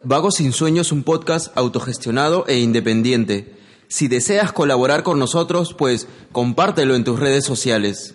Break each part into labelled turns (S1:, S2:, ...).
S1: Vagos sin Sueño es un podcast autogestionado e independiente. Si deseas colaborar con nosotros, pues compártelo en tus redes sociales.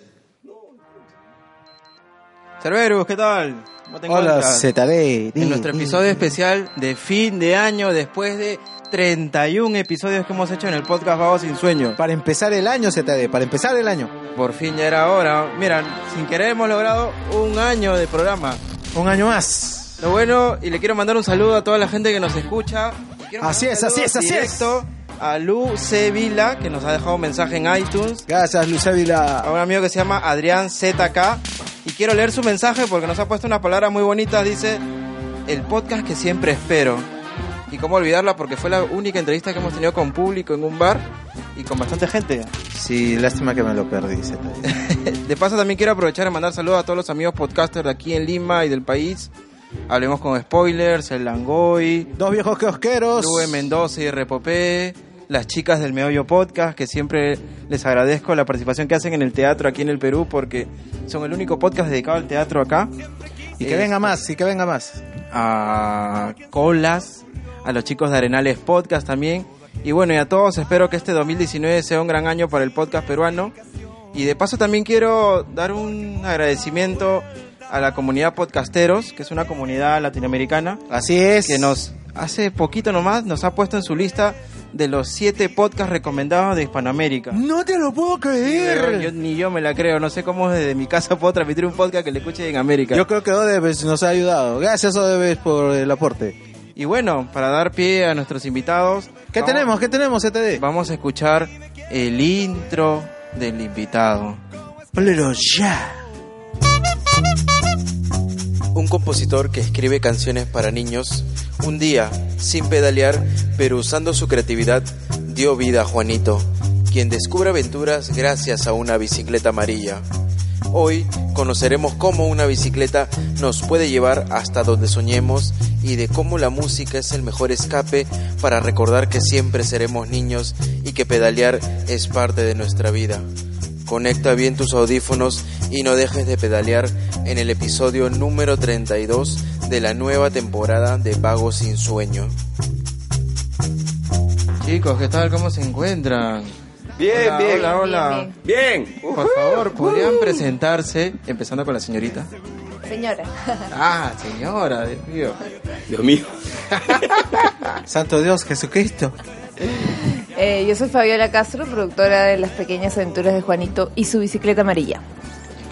S2: Cerberus, ¿qué tal? ¿Cómo te
S3: Hola,
S2: encuentras?
S3: ZD.
S2: En nuestro episodio especial de fin de año, después de 31 episodios que hemos hecho en el podcast Vago Sin Sueño.
S3: Para empezar el año, ZD, para empezar el año.
S2: Por fin ya era hora. Mira, sin querer hemos logrado un año de programa.
S3: Un año más.
S2: Lo bueno, y le quiero mandar un saludo a toda la gente que nos escucha. Y quiero mandar
S3: Así
S2: un
S3: es, así
S2: saludo
S3: es, así
S2: directo A Lu Sevilla, que nos ha dejado un mensaje en iTunes.
S3: Gracias, Luz
S2: A
S3: Ávila.
S2: un amigo que se llama Adrián ZK. Y quiero leer su mensaje porque nos ha puesto unas palabras muy bonitas. Dice, el podcast que siempre espero. Y cómo olvidarla porque fue la única entrevista que hemos tenido con público en un bar y con bastante gente.
S3: Sí, lástima que me lo perdí, ZD.
S2: De paso también quiero aprovechar y mandar saludos a todos los amigos podcasters de aquí en Lima y del país. Hablemos con spoilers, el Langoy,
S3: Dos viejos kiosqueros.
S2: Lube Mendoza y Repopé, las chicas del Meollo Podcast, que siempre les agradezco la participación que hacen en el teatro aquí en el Perú, porque son el único podcast dedicado al teatro acá.
S3: Y que
S2: Eh,
S3: venga más, y que venga más.
S2: Este, a Colas, a los chicos de Arenales Podcast también. Y bueno, y a todos espero que este 2019 sea un gran año para el podcast peruano. Y de paso también quiero dar un agradecimiento a la comunidad podcasteros, que es una comunidad latinoamericana
S3: Así es.
S2: que nos hace poquito nomás nos ha puesto en su lista de los siete podcasts recomendados de Hispanoamérica.
S3: No te lo puedo creer.
S2: Yo- ni yo me la creo, no sé cómo desde mi casa puedo transmitir un podcast que le escuche en América.
S3: Yo creo que Odebes nos ha ayudado. Gracias, Odebes, por el aporte.
S2: Y bueno, para dar pie a nuestros invitados,
S3: ¿Qué
S2: vamos-
S3: tenemos? ¿Qué tenemos, ZD?
S2: Vamos a escuchar el intro del invitado.
S3: Pero ya.
S2: Un compositor que escribe canciones para niños, un día, sin pedalear, pero usando su creatividad, dio vida a Juanito, quien descubre aventuras gracias a una bicicleta amarilla. Hoy conoceremos cómo una bicicleta nos puede llevar hasta donde soñemos y de cómo la música es el mejor escape para recordar que siempre seremos niños y que pedalear es parte de nuestra vida. Conecta bien tus audífonos y no dejes de pedalear en el episodio número 32 de la nueva temporada de Vago sin Sueño. Chicos, ¿qué tal? ¿Cómo se encuentran?
S4: Bien,
S2: Hola,
S4: bien.
S2: Hola, hola.
S5: Bien, bien.
S4: Bien.
S2: Por favor, ¿podrían presentarse? Empezando con la señorita.
S5: Señora,
S2: Ah, señora, Dios mío.
S4: Dios mío.
S3: Santo Dios, Jesucristo.
S5: eh, yo soy Fabiola Castro, productora de Las Pequeñas Aventuras de Juanito y su bicicleta amarilla.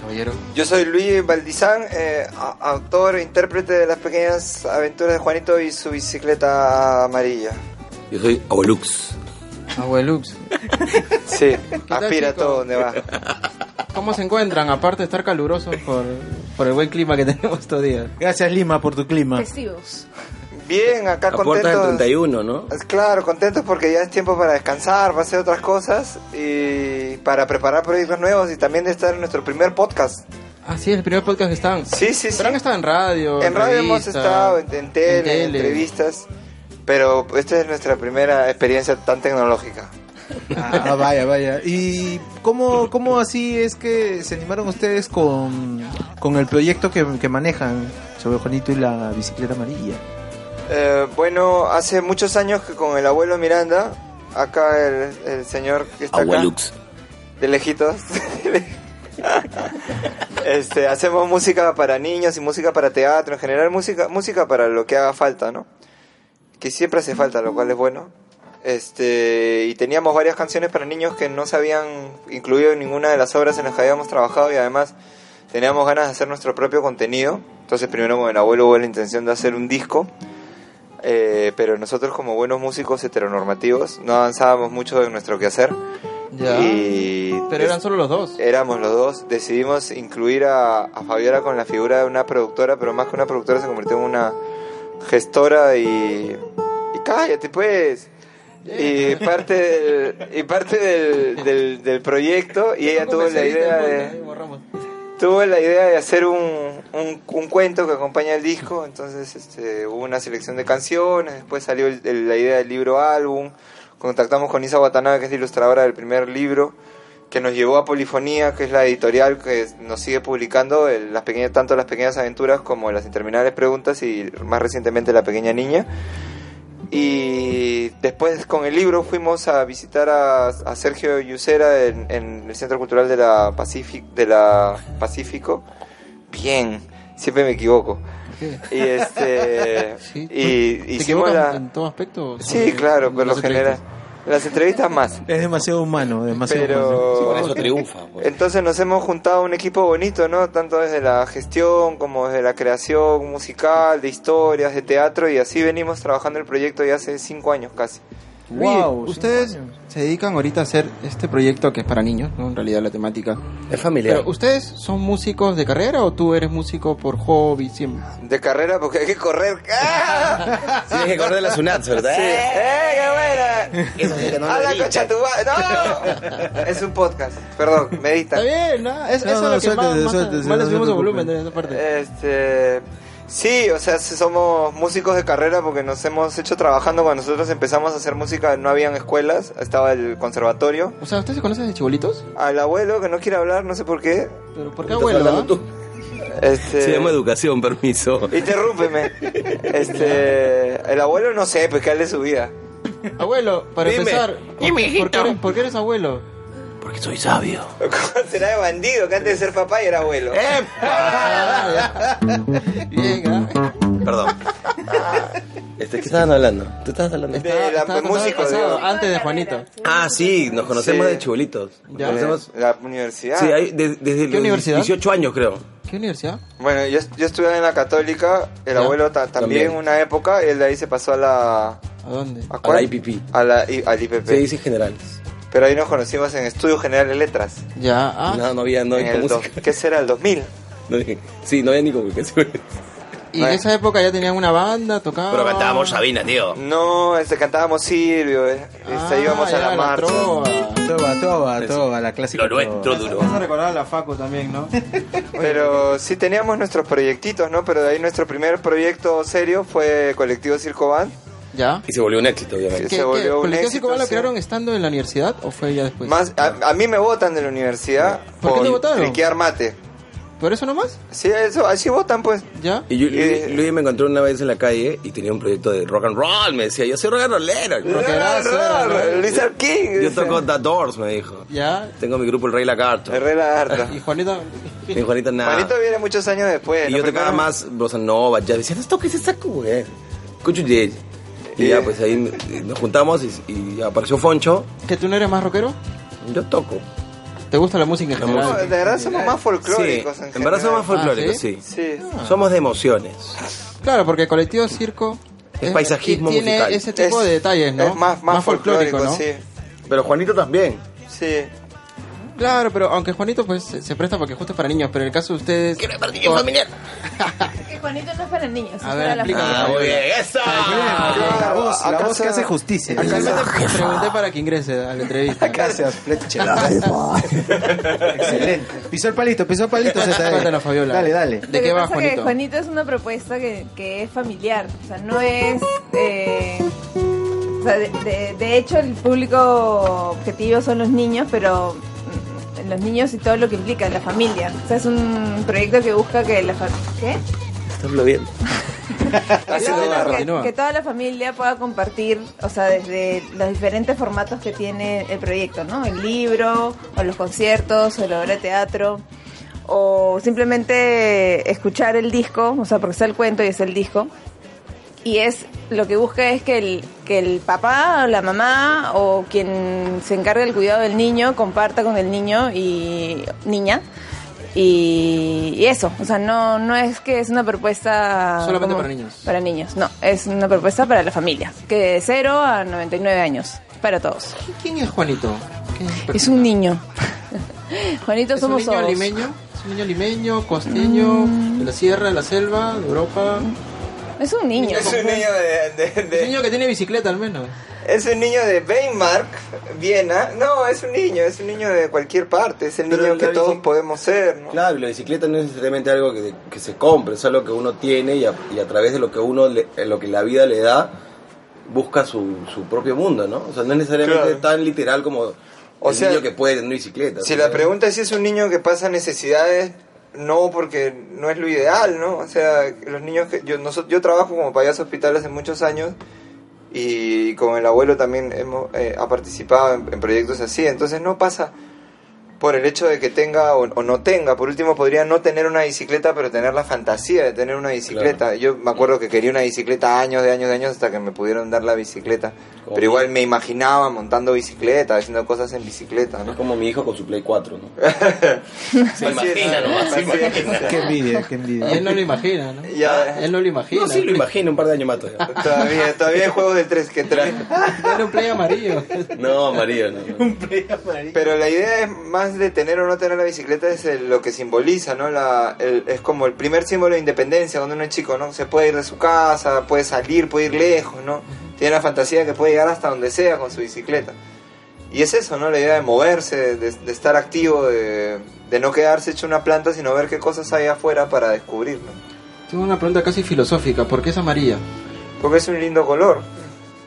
S2: Caballero.
S6: Yo soy Luis Valdizán, eh, a- autor e intérprete de las pequeñas aventuras de Juanito y su bicicleta amarilla.
S4: Yo soy Abuelux.
S2: Abuelux.
S6: Sí,
S2: tal,
S6: aspira a
S2: chico?
S6: todo donde va.
S2: ¿Cómo se encuentran? Aparte de estar calurosos por, por el buen clima que tenemos estos días.
S3: Gracias, Lima, por tu
S2: Ah.
S5: Pues
S3: clima.
S5: Festivos.
S6: Bien, acá
S4: A puertas del
S6: contentos.
S4: 31, ¿no?
S6: Claro, contentos porque ya es tiempo para descansar, para hacer otras cosas y para preparar proyectos nuevos y también de estar en nuestro primer podcast.
S2: Ah, sí, es el primer podcast que están.
S6: Sí, sí, sí.
S2: Pero han estado en radio.
S6: En radio hemos
S2: revista,
S6: estado, en, en tele, en entrevistas, pero esta es nuestra primera experiencia tan tecnológica.
S3: Ah, vaya, vaya. ¿Y cómo, cómo así es que se animaron ustedes con, con el proyecto que, que manejan sobre Juanito y la bicicleta amarilla?
S6: Eh, bueno, hace muchos años que con el abuelo Miranda, acá el, el señor que está acá,
S4: Abuelux.
S6: de lejitos, este, hacemos música para niños y música para teatro, en general música, música para lo que haga falta, ¿no? Que siempre hace falta, lo cual es bueno. Este, y teníamos varias canciones para niños que no se habían incluido en ninguna de las obras en las que habíamos trabajado y además teníamos ganas de hacer nuestro propio contenido. Entonces primero con el abuelo hubo la intención de hacer un disco. Eh, pero nosotros como buenos músicos heteronormativos no avanzábamos mucho en nuestro quehacer
S2: Ya.
S6: y
S2: Pero eran solo los dos.
S6: Eh, éramos los dos decidimos incluir a, a Fabiola con la figura de una productora pero más que una productora se convirtió en una gestora y. Y cállate, pues. Y parte del, y parte del, del, del proyecto, y ella tuvo la idea de. Tuvo la idea de hacer un, un, un cuento que acompaña el disco, entonces este, hubo una selección de canciones, después salió el- el- la idea del libro álbum, contactamos con Isa Watanabe, que es la ilustradora del primer libro, que nos llevó a Polifonía, que es la editorial que nos sigue publicando el- las pequeñas, tanto las pequeñas aventuras como las interminables preguntas y más recientemente La Pequeña Niña. Y después con el libro fuimos a visitar a, a Sergio Yusera en, en el Centro Cultural de la, Pacific, de la Pacífico. Bien, siempre me equivoco. Y este
S2: Sí.
S6: y
S2: ¿Te
S6: hicimos
S2: equivocas
S6: la-
S2: en todo aspecto?
S6: Sí, claro, por lo general. Las entrevistas más.
S3: Es demasiado humano, demasiado humano.
S7: Por
S6: Pero
S7: eso triunfa. pues.
S6: entonces nos hemos juntado un equipo bonito, ¿no? Tanto desde la gestión como desde la creación musical, de historias, de teatro y así venimos trabajando el proyecto ya hace cinco años casi.
S3: Wow,
S2: Oye, ustedes
S3: cinco años.
S2: se dedican ahorita a hacer este proyecto que es para niños, ¿no? En realidad la temática.
S7: Es familiar.
S2: Pero, ¿ustedes son músicos de carrera o tú eres músico por hobby siempre?
S6: De carrera porque hay que correr. ¡Ah!
S7: Tienes que acordar de las UNATS, ¿verdad?
S6: Sí. ¡Eh, qué buena!
S7: Eso sí que no lo
S6: ¡A la
S7: digas.
S6: concha tu ma- ¡No! es un podcast. Perdón, medita.
S2: Está bien, ¿no? Es,
S3: No,
S2: eso
S3: no,
S2: es lo que más,
S3: suéltese,
S2: más-
S3: suéltese,
S2: más le
S3: no
S2: subimos
S3: se
S2: el volumen
S3: preocupe.
S2: de esa parte.
S6: Este, sí, o sea, sí somos músicos de carrera porque nos hemos hecho trabajando cuando nosotros empezamos a hacer música, no habían escuelas, estaba el conservatorio.
S2: Eh, O sea, ¿ustedes se conocen de chibolitos?
S6: Al abuelo que no quiere hablar, no sé por qué.
S2: ¿Pero por qué
S7: Estás
S2: abuelo?
S7: hablando
S2: ah?
S7: tú.
S6: Este,
S7: Se llama educación, permiso.
S6: Interrúmpeme. Este, el abuelo no sé, pues que hable su vida.
S2: Abuelo, para
S7: Dime.
S2: empezar, ¿por qué, eres, por qué eres abuelo?
S7: Porque soy sabio.
S6: ¿Cómo será de bandido que antes de ser papá y era abuelo?
S7: Eh.
S2: Ah, Bien, ¿ah?
S7: Perdón. Este, ¿Qué estaban hablando? ¿Tú estabas hablando?
S6: De la-
S2: Estaba contando
S6: músico,
S2: el pasado,
S6: digo.
S2: antes de Juanito.
S7: Ah, sí, nos conocemos
S6: Sí.
S7: de chibolitos. Nos
S2: Ya.
S7: conocemos.
S6: La universidad.
S7: Sí, ahí, de- desde los
S2: universidad?
S7: 18 años, creo.
S2: ¿Qué universidad?
S6: Bueno, yo, yo estuve en la católica, el
S2: Ya,
S6: abuelo ta- también,
S7: también.
S6: una época, y él de ahí se pasó a la...
S2: ¿A dónde?
S6: ¿A,
S7: la
S6: cuál?
S7: IPP.
S6: A la I- al IPP.
S7: Se dice general.
S6: Pero ahí nos conocimos en Estudio General de Letras.
S2: Ya, ah.
S7: No, no había, no
S6: en
S7: había
S6: el dos-
S7: música.
S6: ¿Qué será? ¿El 2000?
S7: No había- sí, no había ni comunicación.
S2: Y en esa época ya tenían una banda, tocaban.
S7: Pero cantábamos Sabina, tío.
S6: No, este, cantábamos Silvio, eh,
S7: Ah,
S6: este, íbamos a la, marcha.
S3: Toba, toba, toba, la clásica.
S7: Lo
S3: toba.
S7: nuestro duro.
S2: a recordar a la Facu también, ¿no?
S6: Pero sí teníamos nuestros proyectitos, ¿no? Pero de ahí nuestro primer proyecto serio fue Colectivo Circo Band.
S2: ¿Ya?
S7: Y se volvió un éxito, obviamente.
S6: Sí.
S2: ¿Qué,
S6: se volvió
S2: qué?
S6: un
S2: ¿Colectivo
S6: éxito,
S2: Circobal lo
S6: sí.
S2: crearon estando en la universidad o fue ya después?
S6: Más, a, a mí me votan de la universidad
S2: Pues ¿Por qué te votaron?
S6: triquear mate.
S2: ¿Por eso nomás?
S6: Sí, eso, así votan pues.
S2: ¿Ya?
S7: Y yo,
S6: Eh.
S7: Luis, Luis me encontró una vez en la calle y tenía un proyecto de rock and roll. Me decía, yo soy rock and rollero.
S2: Rockerazo era, ¿no?
S6: Luis Arquín.
S7: Yo toco The Doors, me dijo.
S2: ¿Ya?
S7: Tengo mi grupo El Rey Lagarto.
S6: Herrera Arta.
S2: ¿Y Juanito?
S7: Y Juanita nada.
S6: Juanito viene muchos años después.
S7: y
S6: ¿no?
S7: yo tocaba
S6: Primero-
S7: más bossa nova, ya decía, no toques esa cuba, Cuchuyé. Y ya, pues ahí nos juntamos y, y apareció Foncho.
S2: ¿Que tú no eres más rockero?
S7: Yo toco.
S2: ¿Te gusta la música en
S7: La
S6: No,
S2: general?
S6: de verdad somos más
S7: Sí,
S6: folclóricos.
S7: en verdad somos más
S2: general.
S7: folclóricos,
S2: Ah,
S7: sí.
S6: Sí.
S7: Somos de emociones.
S2: Claro, porque Colectivo Circo...
S7: Es paisajismo
S2: tiene
S7: musical.
S2: ese Este tipo de detalles, ¿no?
S6: Es más, más, folclórico,
S7: Pero Juanito también.
S6: sí. Sí.
S2: Claro, pero aunque Juanito pues se, se presta porque justo es para niños, pero en el caso de ustedes...
S7: Quiero partido familiar.
S5: Que Juanito no es para niños, es
S2: A ver,
S5: para la
S2: explícame.
S7: Ah, muy bien, ¡eso!
S3: Ah, La voz, la
S6: Acá
S3: voz
S6: se-
S3: que hace justicia.
S2: Casualmente pregunté para que ingrese a la entrevista.
S3: Gracias, Fletcher. Excelente. Pisó el palito, pisó el palito. ZD.
S2: Cuéntanos, Fabiola.
S3: Dale, dale.
S2: Ah, ¿De
S5: Lo
S2: qué
S5: que
S2: va
S5: pasa
S2: Juanito?
S5: que Juanito es una propuesta que, que es familiar, o sea, no es... eh, o sea, de, de- de hecho, el público objetivo son los niños, pero mm, los niños y todo lo que implica, la familia. O sea, es un proyecto que busca que la fa- ¿qué?
S7: Estás bien.
S5: Que
S2: Haciendo
S5: toda la-
S2: barra.
S5: que-
S2: Continúa.
S5: que toda la familia pueda compartir, o sea, desde los diferentes formatos que tiene el proyecto, ¿no? El libro, o los conciertos, o la obra de teatro, o simplemente escuchar el disco, o sea, porque está el cuento y es el disco. Y es lo que busca es que el, que el papá o la mamá o quien se encargue del cuidado del niño comparta con el niño y niña. Y, y eso, o sea, no, no es que es una propuesta...
S2: Solamente para niños.
S5: Para niños, no, es una propuesta para la familia, que de 0 a 99 años, para todos.
S2: ¿Quién es Juanito? ¿Qué
S5: Es un niño. Juanito
S2: ¿Es un
S5: somos
S2: niño
S5: todos.
S2: limeño? ¿Es un niño limeño, costeño, de la sierra, de la selva, de Europa?
S5: Es un niño.
S6: Es un niño de, de- de-
S1: Un niño que tiene bicicleta al menos.
S6: es un niño de Weimar, Viena. No, es un niño, es un niño de cualquier parte. Es el
S7: Pero
S6: niño
S7: la
S6: que
S7: bici-
S6: todos podemos ser, ¿no?
S7: Claro, y la bicicleta no es necesariamente algo que, que se compre, es algo que uno tiene y a, y a través de lo que uno le- eh, lo que la vida le da busca su, su propio mundo, ¿no? O sea, no es necesariamente
S6: Claro.
S7: tan literal como
S6: O
S7: el
S6: sea,
S7: niño que puede tener bicicleta.
S6: Si
S7: O sea,
S6: la pregunta es si es un niño que pasa necesidades, no, porque no es lo ideal, ¿no? O sea, los niños que yo, nosotros, yo trabajo como payaso hospital hace muchos años y con el abuelo también hemos, eh, ha participado en, en proyectos así, entonces no pasa por el hecho de que tenga o, o no tenga. Por último, podría no tener una bicicleta, pero tener la fantasía de tener una bicicleta. Yo me acuerdo que quería una bicicleta años de años de años hasta que me pudieron dar la bicicleta.
S7: Como
S6: Pero igual me imaginaba montando bicicleta, haciendo cosas en bicicleta, ¿no?
S7: Es como mi hijo con su Play 4, ¿no?
S6: Se imagina, ¿no?
S3: Qué envidia, qué envidia.
S1: Y él no lo imagina, ¿no?
S6: Ya.
S1: Él no Ah, lo imagina.
S7: No, sí lo imagino, un par de años más todavía.
S6: Todavía, todavía hay juegos de tres que traen.
S1: Dale un play amarillo.
S7: No, María, no. no.
S6: Pero la idea es más de tener o no tener la bicicleta, es el- lo que simboliza, ¿no? La, el- es como el primer símbolo de independencia cuando uno es chico, ¿no? Se puede ir de su casa, puede salir, puede ir lejos, ¿no? Tiene la fantasía de que puede llegar hasta donde sea con su bicicleta. Y es eso, ¿no? La idea de moverse, de, de estar activo, de, de no quedarse hecho una planta, sino ver qué cosas hay afuera para descubrir, ¿no?
S1: Tengo una pregunta casi filosófica. ¿Por qué es amarilla?
S6: Porque es un lindo color.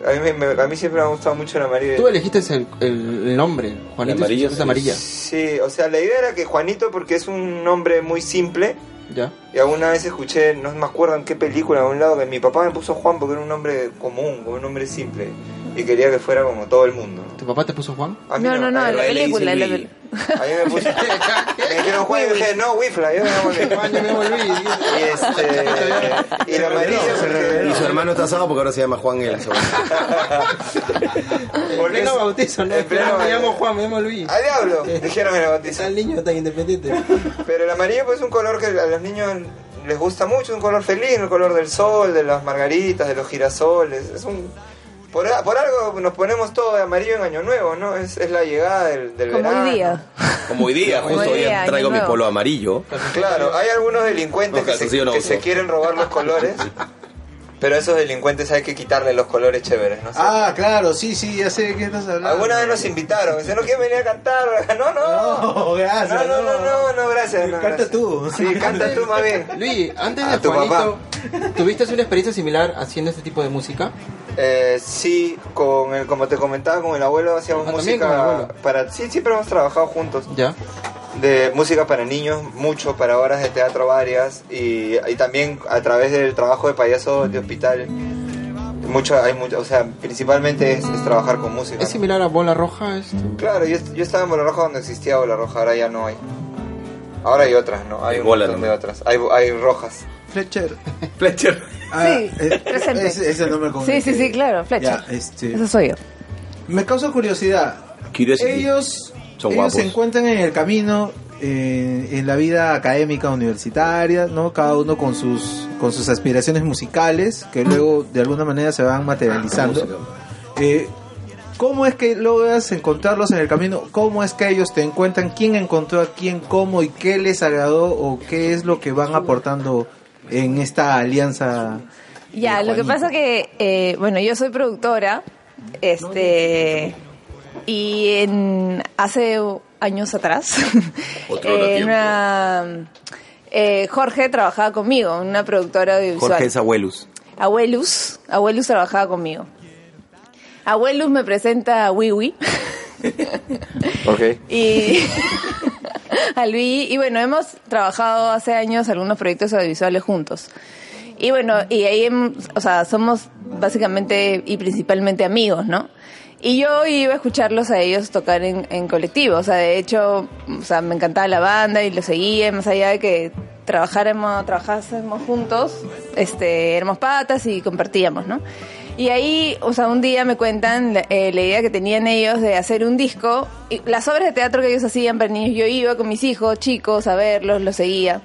S6: A mí, me- me- a mí siempre me ha gustado mucho el amarillo.
S1: Tú elegiste el, el- el nombre, Juanito.
S7: El amarillo
S1: es,
S7: sí.
S1: amarilla.
S6: Sí, o sea, la idea era que Juanito, porque es un nombre muy simple,
S1: Ya.
S6: y alguna vez escuché, no me acuerdo en qué película, a un lado, que mi papá me puso Juan porque era un nombre común, como un nombre simple, y quería que fuera como todo el mundo.
S1: ¿Tu papá te puso Juan?
S6: A mí
S5: No, no, no,
S6: a
S5: la
S6: mí-
S5: película. la
S7: Willy.
S5: pel-
S6: a mí me puso. me dijeron Juan y dije, no, Wifla, yo me llamo Wifla.
S1: me volví.
S6: Y este. Y el amarillo.
S7: Y
S6: porque-
S7: su hermano está asado porque ahora se llama Juan el sobrino.
S1: En
S6: porque
S1: pleno
S6: es-
S1: bautizo, ¿no?
S6: en pleno
S1: me
S6: bautizo.
S1: llamo Juan, me llamo Luis.
S6: ¡Al diablo! Dijeron en la bautización.
S1: Ese niño tan independiente.
S6: Pero el amarillo pues, es un color que a los niños les gusta mucho, es un color feliz, el color del sol, de las margaritas, de los girasoles. Es un por, a- por algo nos ponemos todo de amarillo en Año Nuevo, ¿no? Es, es la llegada del, del
S5: Como
S6: verano.
S5: hoy día.
S7: Ah, Como hoy día,
S5: Como
S7: justo
S5: hoy
S7: hoy
S5: día, año
S7: traigo mi
S5: nuevo.
S7: polo amarillo.
S6: Claro, hay algunos delincuentes
S7: Los
S6: que, se,
S7: calzoncillos no
S6: que
S7: uso.
S6: se quieren robar los colores, pero a esos delincuentes hay que quitarle los colores chéveres, ¿no? sé.
S3: Ah, claro, sí, sí, ya sé de qué estás hablando.
S6: Alguna vez nos invitaron, dice, no quieren venir a cantar, no, no.
S3: No, Oh,
S1: Ah,
S3: gracias.
S6: no, no, no, no, no, gracias. no,
S3: Canta
S6: gracias.
S3: tú.
S6: Sí, canta tú más bien.
S1: Luis, antes
S6: A
S1: de
S6: Ah, tu
S1: Juanito, ¿tuviste una experiencia similar haciendo este tipo de música?
S6: Eh, sí, con el, como te comentaba, con el abuelo hacíamos
S1: Ah, también con el
S6: música
S1: abuelo.
S6: para... Sí, siempre hemos trabajado juntos.
S1: Ya.
S6: De música para niños, mucho, para obras de teatro varias. Y, y también a través del trabajo de payaso de hospital. Mucho, hay mucho, o sea, principalmente es, es trabajar con música.
S1: ¿Es similar a Bola Roja esto?
S6: Claro, yo, yo estaba en Bola Roja cuando existía Bola Roja, ahora ya no hay. Ahora hay otras, ¿no? Hay
S7: Hay
S6: un
S7: bola,
S6: montón
S7: ¿no?
S6: de otras. Hay, hay rojas.
S3: Fletcher.
S7: Fletcher.
S5: Sí,
S3: eh,
S5: presente.
S3: Ese es el nombre con
S5: Sí,
S3: el
S5: sí,
S3: que-
S5: sí, claro, Fletcher.
S3: Ya, este-
S5: Eso soy yo.
S3: Me causa curiosidad.
S7: Curiosity.
S3: Ellos,
S7: Son
S3: ellos se
S7: guapos.
S3: encuentran en el camino, eh, en la vida académica universitaria, ¿no? Cada uno con sus, con sus aspiraciones musicales, que luego de alguna manera se van
S7: Ah,
S3: materializando. Eh, ¿Cómo es que logras encontrarlos en el camino? ¿Cómo es que ellos te encuentran? ¿Quién encontró a quién? ¿Cómo? ¿Y qué les agradó? ¿O qué es lo que van aportando en esta alianza?
S5: Ya,
S3: de
S5: lo que
S3: Juanito?
S5: pasa que, eh, bueno, yo soy productora, este, y en, hace años atrás,
S7: Otro era tiempo.
S5: una- eh, Jorge trabajaba conmigo, en una productora audiovisual.
S7: Jorge es abuelus.
S5: Abuelus, Abuelus trabajaba conmigo. Abuelus me presenta a Wiwi
S6: Ok.
S5: y a Luis y bueno, hemos trabajado hace años algunos proyectos audiovisuales juntos. Y bueno, y ahí, em- o sea, somos básicamente y principalmente amigos, ¿no? Y yo iba a escucharlos a ellos tocar en, en colectivo, o sea, de hecho, o sea, me encantaba la banda y lo seguía, más allá de que trabajáramos, trabajásemos juntos, este, éramos patas y compartíamos, ¿no? Y ahí, o sea, un día me cuentan la- eh, la idea que tenían ellos de hacer un disco, y las obras de teatro que ellos hacían para niños, yo iba con mis hijos, chicos, a verlos, los seguía.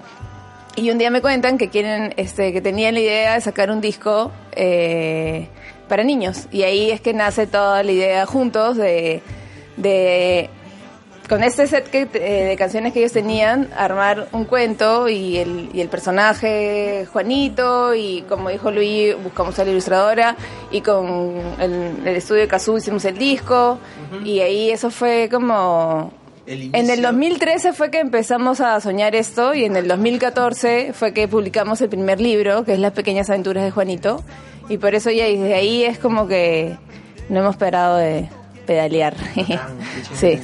S5: Y un día me cuentan que quieren, este, que tenían la idea de sacar un disco eh, para niños. Y ahí es que nace toda la idea juntos de, de con este set que, eh, de canciones que ellos tenían, armar un cuento y el, y el personaje Juanito, y como dijo Luis, buscamos a la ilustradora, y con el, el estudio de Kazoo hicimos el disco, y ahí eso fue como... en el 2013 fue que empezamos a soñar esto y en el 2014 fue que publicamos el primer libro, que es Las pequeñas aventuras de Juanito, y por eso ya desde ahí es como que no hemos parado de pedalear. sí.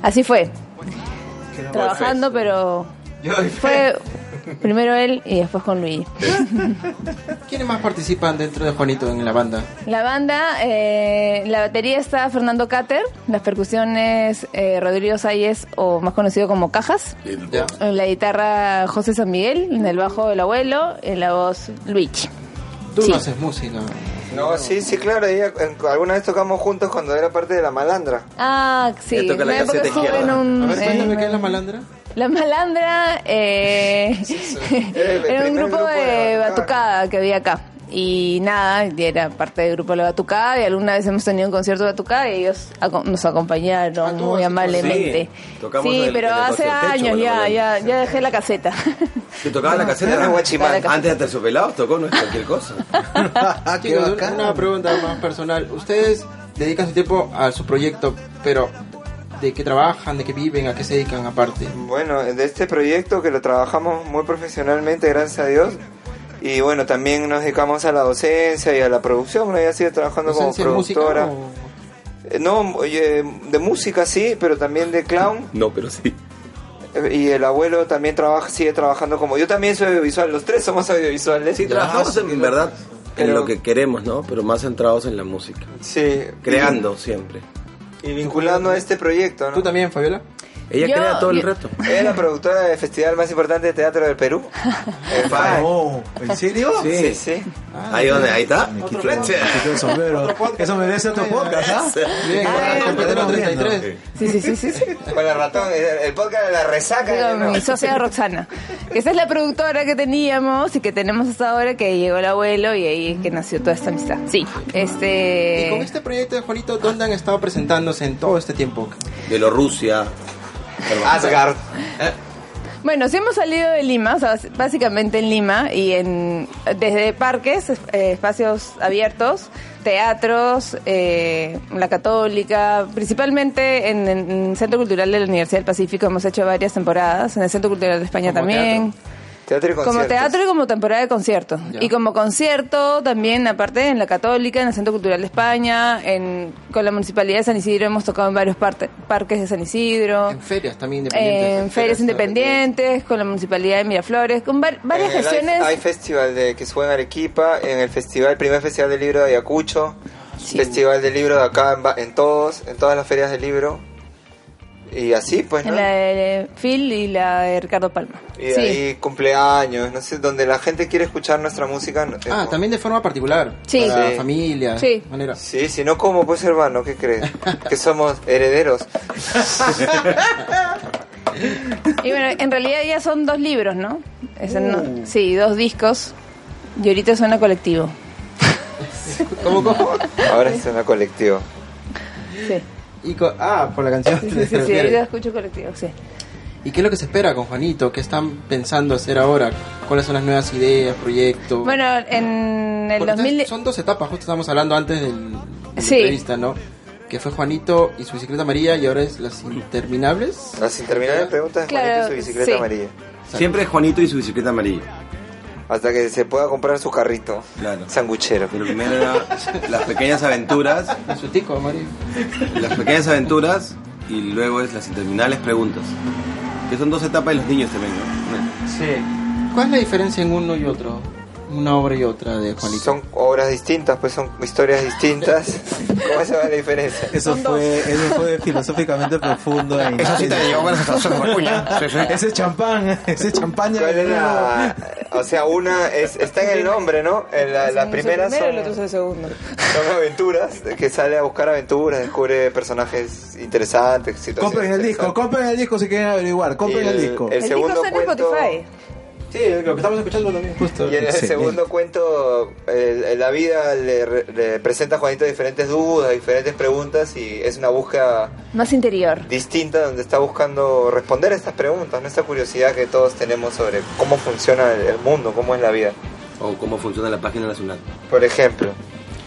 S5: Así fue. Trabajando, pero fue primero él y después con Luis.
S1: ¿Quiénes más participan dentro de Juanito en la banda?
S5: La banda, eh, la batería está Fernando Cáter, las percusiones eh, Rodrigo Salles, o más conocido como Cajas,
S1: Ya.
S5: en la guitarra José San Miguel, en el bajo el abuelo, en la voz Luigi.
S1: Tú
S5: Sí.
S1: no haces música.
S6: No, sí, sí, claro. ella- en- alguna vez tocamos juntos cuando era parte de la malandra.
S5: Ah, sí,
S7: Le toca la
S5: en época
S7: caseta
S5: estuve
S7: izquierda.
S5: en un-
S1: A ver,
S5: en
S1: cuéntame
S5: un-
S1: qué es la malandra.
S5: La Malandra eh,
S6: Era el
S5: era un
S6: primer
S5: grupo,
S6: grupo de
S5: de
S6: batucada.
S5: batucada que había acá. Y nada, y era parte del grupo de la batucada y alguna vez hemos tenido un concierto de batucada y ellos aco- nos acompañaron muy amablemente.
S7: Sí, tocamos
S5: Sí,
S7: en el-
S5: pero
S7: en el
S5: hace
S7: concierto,
S5: años
S7: bueno,
S5: ya,
S7: bueno.
S5: ya, ya dejé la caseta.
S7: Que tocaba la
S6: Era
S7: caseta
S6: Guachimán.
S7: antes de terciopelados tocó, no es cualquier cosa.
S3: Ah, qué
S1: Chicos,
S3: bacán.
S1: una pregunta más personal. Ustedes dedican su tiempo a su proyecto, pero ¿de qué trabajan? ¿De qué viven? ¿A qué se dedican aparte?
S6: Bueno, de este proyecto que lo trabajamos muy profesionalmente, gracias a Dios. Y bueno, también nos dedicamos a la docencia y a la producción. ¿no? Ella sigue trabajando como
S1: ¿Docencia de música
S6: productora.
S1: o-
S6: Eh, No, oye, de música sí, pero también de clown.
S7: No, pero sí.
S6: Eh, Y el abuelo también trabaja, sigue trabajando como... Yo también soy audiovisual, los tres somos audiovisuales.
S7: Sí, trabajamos
S1: Ah,
S7: en verdad en
S6: Pero-
S7: lo que queremos, ¿no? Pero más centrados en la música.
S6: Sí.
S7: Creando siempre.
S6: Y vinculando a este proyecto,
S1: ¿Tú
S6: ¿no?
S1: también, Fabiola?
S7: Ella
S5: Yo-
S7: crea todo el
S5: yo-
S7: rato.
S6: Ella es la productora del festival más importante de teatro del Perú. El FAE.
S1: Oh,
S3: No, oh, ¿en serio?
S6: Sí, sí.
S7: Ahí donde, ahí está.
S3: Me quito, me
S7: Fletcher.
S3: quito el sombrero. Eso merece otro podcast, ¿ah?
S1: Bien,
S3: Ay,
S1: completero
S3: estamos viendo.
S6: eh,
S1: 33.
S5: Sí, sí, sí, sí. sí.
S6: Con el ratón, el, el podcast de la resaca.
S5: Con
S6: Ah, ¿no?
S5: mi socia Roxana. Que esa es la productora que teníamos y que tenemos hasta ahora que llegó el abuelo y ahí es que nació toda esta amistad. Sí, este...
S1: Y con este proyecto de Juanito, ¿dónde han estado presentándose en todo este tiempo?
S7: Bielorrusia.
S6: Asgard.
S5: Bueno, sí hemos salido de Lima, o sea, básicamente en Lima, y en desde parques, es- eh, espacios abiertos, teatros, eh, la Católica, principalmente en, en el Centro Cultural de la Universidad del Pacífico hemos hecho varias temporadas, en el Centro Cultural de España
S1: Como
S5: también.
S6: Teatro y
S5: Como
S6: conciertos.
S5: teatro y como temporada de concierto.
S1: Ya.
S5: Y como concierto también, aparte, en la Católica, en el Centro Cultural de España, en, con la Municipalidad de San Isidro hemos tocado en varios parte- parques de San Isidro.
S1: En ferias también independientes.
S5: En Eh, ferias independientes, con la municipalidad de Miraflores, con var- varias
S6: En el
S5: gestiones.
S6: Eh, Hay festival de que fue en Arequipa, en el festival, primer festival del libro de Ayacucho,
S5: Sí.
S6: festival del libro de acá en, ba- en todos, en todas las ferias del libro. Y así pues, ¿no?
S5: En la de Phil y la de Ricardo Palma. sí.
S6: Y ahí cumpleaños, no sé, donde la gente quiere escuchar nuestra música. no-
S1: Ah,
S6: no.
S1: también de forma particular.
S5: Sí.
S1: Para
S6: Sí.
S1: familia.
S5: Sí.
S1: Manera.
S6: Sí, si no, ¿cómo? Pues hermano, ¿qué crees? que somos herederos.
S5: Y bueno, en realidad ya son dos libros, ¿no? Es en- Sí, dos discos. Y ahorita suena colectivo.
S1: ¿Cómo, cómo?
S6: Ahora es una colectiva.
S5: Sí,
S1: Y co- ah, por la canción.
S5: sí,
S1: te
S5: sí, sí, sí,
S1: refieres.
S5: ahorita escucho colectivo, sí.
S1: ¿Y qué es lo que se espera con Juanito? ¿Qué están pensando hacer ahora? ¿Cuáles son las nuevas ideas, proyectos?
S5: Bueno, en el
S1: Porque
S5: 2000...
S1: estas Son dos etapas, justo estábamos hablando antes del, de la
S5: Sí.
S1: entrevista, ¿no? Que fue Juanito y su bicicleta amarilla y ahora es las interminables.
S6: Las interminables preguntas de Juanito
S5: Claro,
S6: y su bicicleta
S5: sí.
S6: amarilla.
S7: Siempre es Juanito y su bicicleta amarilla.
S6: Hasta que se pueda comprar su carrito.
S7: Claro.
S6: Sanguchero.
S7: Pero primero era las pequeñas aventuras,
S1: Y su tico amarillo.
S7: las pequeñas aventuras y luego es las interminables preguntas. Que son dos etapas de los niños también, ¿no?
S6: Sí.
S1: ¿Cuál es la diferencia en uno y otro? Una obra y otra de Juanito.
S6: Son obras distintas, pues son historias distintas. ¿Cómo se va la diferencia?
S3: Eso fue, eso fue filosóficamente profundo. e intenso. Ese champán, ese champán ya
S6: ¿Cuál es la- O sea, una es, está en el nombre, ¿no? En la, las
S5: Uno es el
S6: primeras
S5: primero y el otro es
S6: son,
S5: el segundo.
S6: son aventuras, que sale a buscar aventuras, descubre personajes interesantes. situaciones
S3: Compren el disco,
S6: interesantes.
S3: compren el disco si quieren averiguar, compren
S6: Y
S3: el disco.
S5: El disco
S6: segundo
S5: está en
S6: cuento-
S5: Spotify.
S1: Sí, lo que estamos escuchando también. Justo.
S6: Y en el
S3: Excelente.
S6: segundo cuento, el- el- la vida le, re- le presenta a Juanito diferentes dudas, diferentes preguntas y es una búsqueda
S5: Más interior.
S6: distinta donde está buscando responder a estas preguntas, ¿no? esta curiosidad que todos tenemos sobre cómo funciona el, el mundo, cómo es la vida.
S7: O cómo funciona la página nacional.
S6: Por ejemplo,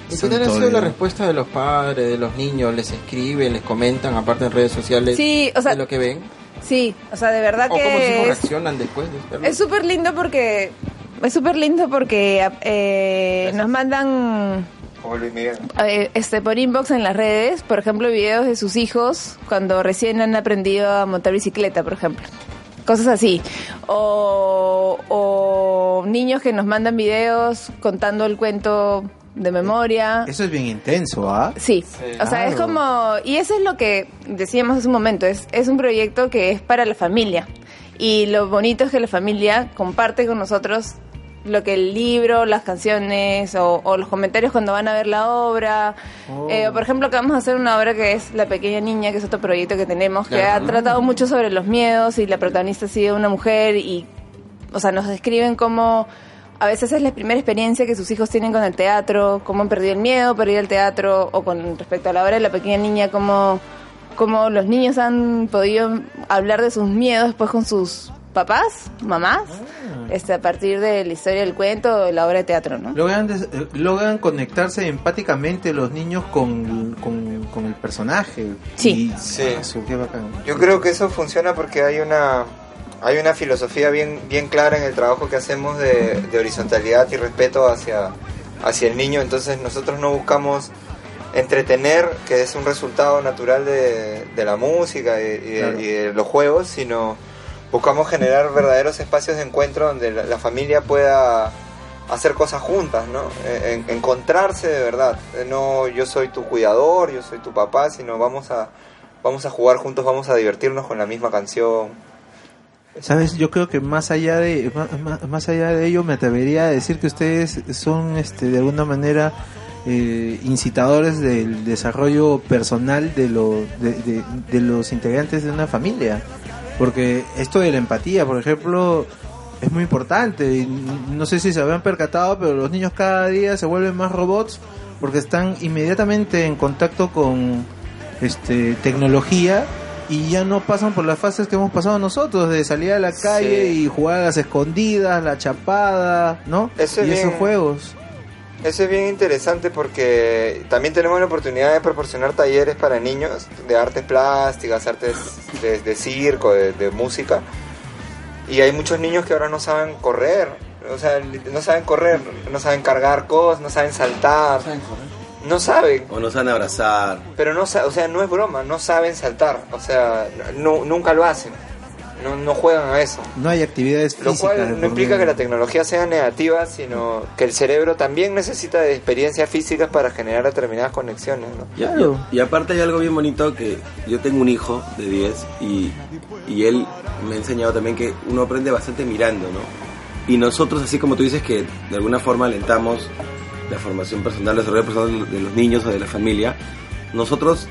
S1: ¿Y qué tal ha sido la respuesta de los padres, de los niños? ¿Les escriben, les comentan, aparte en redes sociales,
S5: Sí, o sea-
S1: de lo que ven?
S5: Sí, o sea, de verdad
S1: ¿O cómo
S5: que
S1: mismo
S5: es-
S1: reaccionan después de verlo?
S5: Es súper lindo porque. Es súper lindo porque eh, nos mandan
S6: como Luis Miguel.
S5: eh, este por inbox en las redes, por ejemplo, videos de sus hijos cuando recién han aprendido a montar bicicleta, por ejemplo. Cosas así. O, o niños que nos mandan videos contando el cuento de memoria.
S3: Eso es bien intenso, ¿ah?
S5: Sí, o sea, es como, y eso es lo que decíamos hace un momento, es, es un proyecto que es para la familia. Y lo bonito es que la familia comparte con nosotros lo que el libro, las canciones o, o los comentarios cuando van a ver la obra. Eh, o por ejemplo, acabamos de hacer una obra que es La pequeña niña, que es otro proyecto que tenemos, que ha tratado mucho sobre los miedos y la protagonista ha sido una mujer y o sea, nos describen cómo a veces es la primera experiencia que sus hijos tienen con el teatro, cómo han perdido el miedo por ir al teatro, o con respecto a la hora de la pequeña niña, cómo, cómo los niños han podido hablar de sus miedos después con sus papás, mamás, este, a partir de la historia del cuento o de la obra de teatro, ¿no?
S3: Logran, des- eh, logran conectarse empáticamente los niños con, con, con el personaje.
S5: Sí.
S3: Y-
S6: Sí.
S3: Ah, su, qué bacán.
S6: Yo creo que eso funciona porque hay una hay una filosofía bien bien clara en el trabajo que hacemos de, de horizontalidad y respeto hacia hacia el niño. Entonces nosotros no buscamos entretener, que es un resultado natural de, de la música y, y de,
S3: Claro.
S6: y de los juegos, sino buscamos generar verdaderos espacios de encuentro donde la, la familia pueda hacer cosas juntas, ¿no? E, En- en- encontrarse de verdad. Eh, No, yo soy tu cuidador, yo soy tu papá, sino vamos a vamos a jugar juntos, vamos a divertirnos con la misma canción.
S3: Sabes, yo creo que más allá de ma- ma- más, allá de ello me atrevería a decir que ustedes son este de alguna manera eh, incitadores del desarrollo personal de, lo- de, de- de los integrantes de una familia. Porque esto de la empatía, por ejemplo, es muy importante. Y No sé si se habrán percatado, pero los niños cada día se vuelven más robots porque están inmediatamente en contacto con este tecnología y ya no pasan por las fases que hemos pasado nosotros de salir a la calle y jugar a las escondidas, la chapada, ¿no?
S6: Eso es
S3: y esos
S6: bien.
S3: juegos.
S6: Eso es bien interesante porque también tenemos la oportunidad de proporcionar talleres para niños de artes plásticas, artes de, de circo, de, de música. Y hay muchos niños que ahora no saben correr, o sea, no saben correr, no saben cargar cosas, no saben saltar, no saben.
S7: O nos van a abrazar.
S6: Pero no, sa- o sea, no es broma, no saben saltar, o sea, no- nunca lo hacen, no, no juegan a eso.
S3: No hay actividades
S6: Lo
S3: físicas. de
S6: cual
S3: por
S6: no implica
S3: medio.
S6: que la tecnología sea negativa, sino que el cerebro también necesita de experiencias físicas para generar determinadas conexiones. ¿no?
S7: Y,
S3: Claro.
S7: y- y aparte hay algo bien bonito que yo tengo un hijo de 10 y, y él me ha enseñado también que uno aprende bastante mirando, ¿no? Y nosotros, así como tú dices, que de alguna forma alentamos la formación personal, el desarrollo personal de los niños o de la familia, nosotros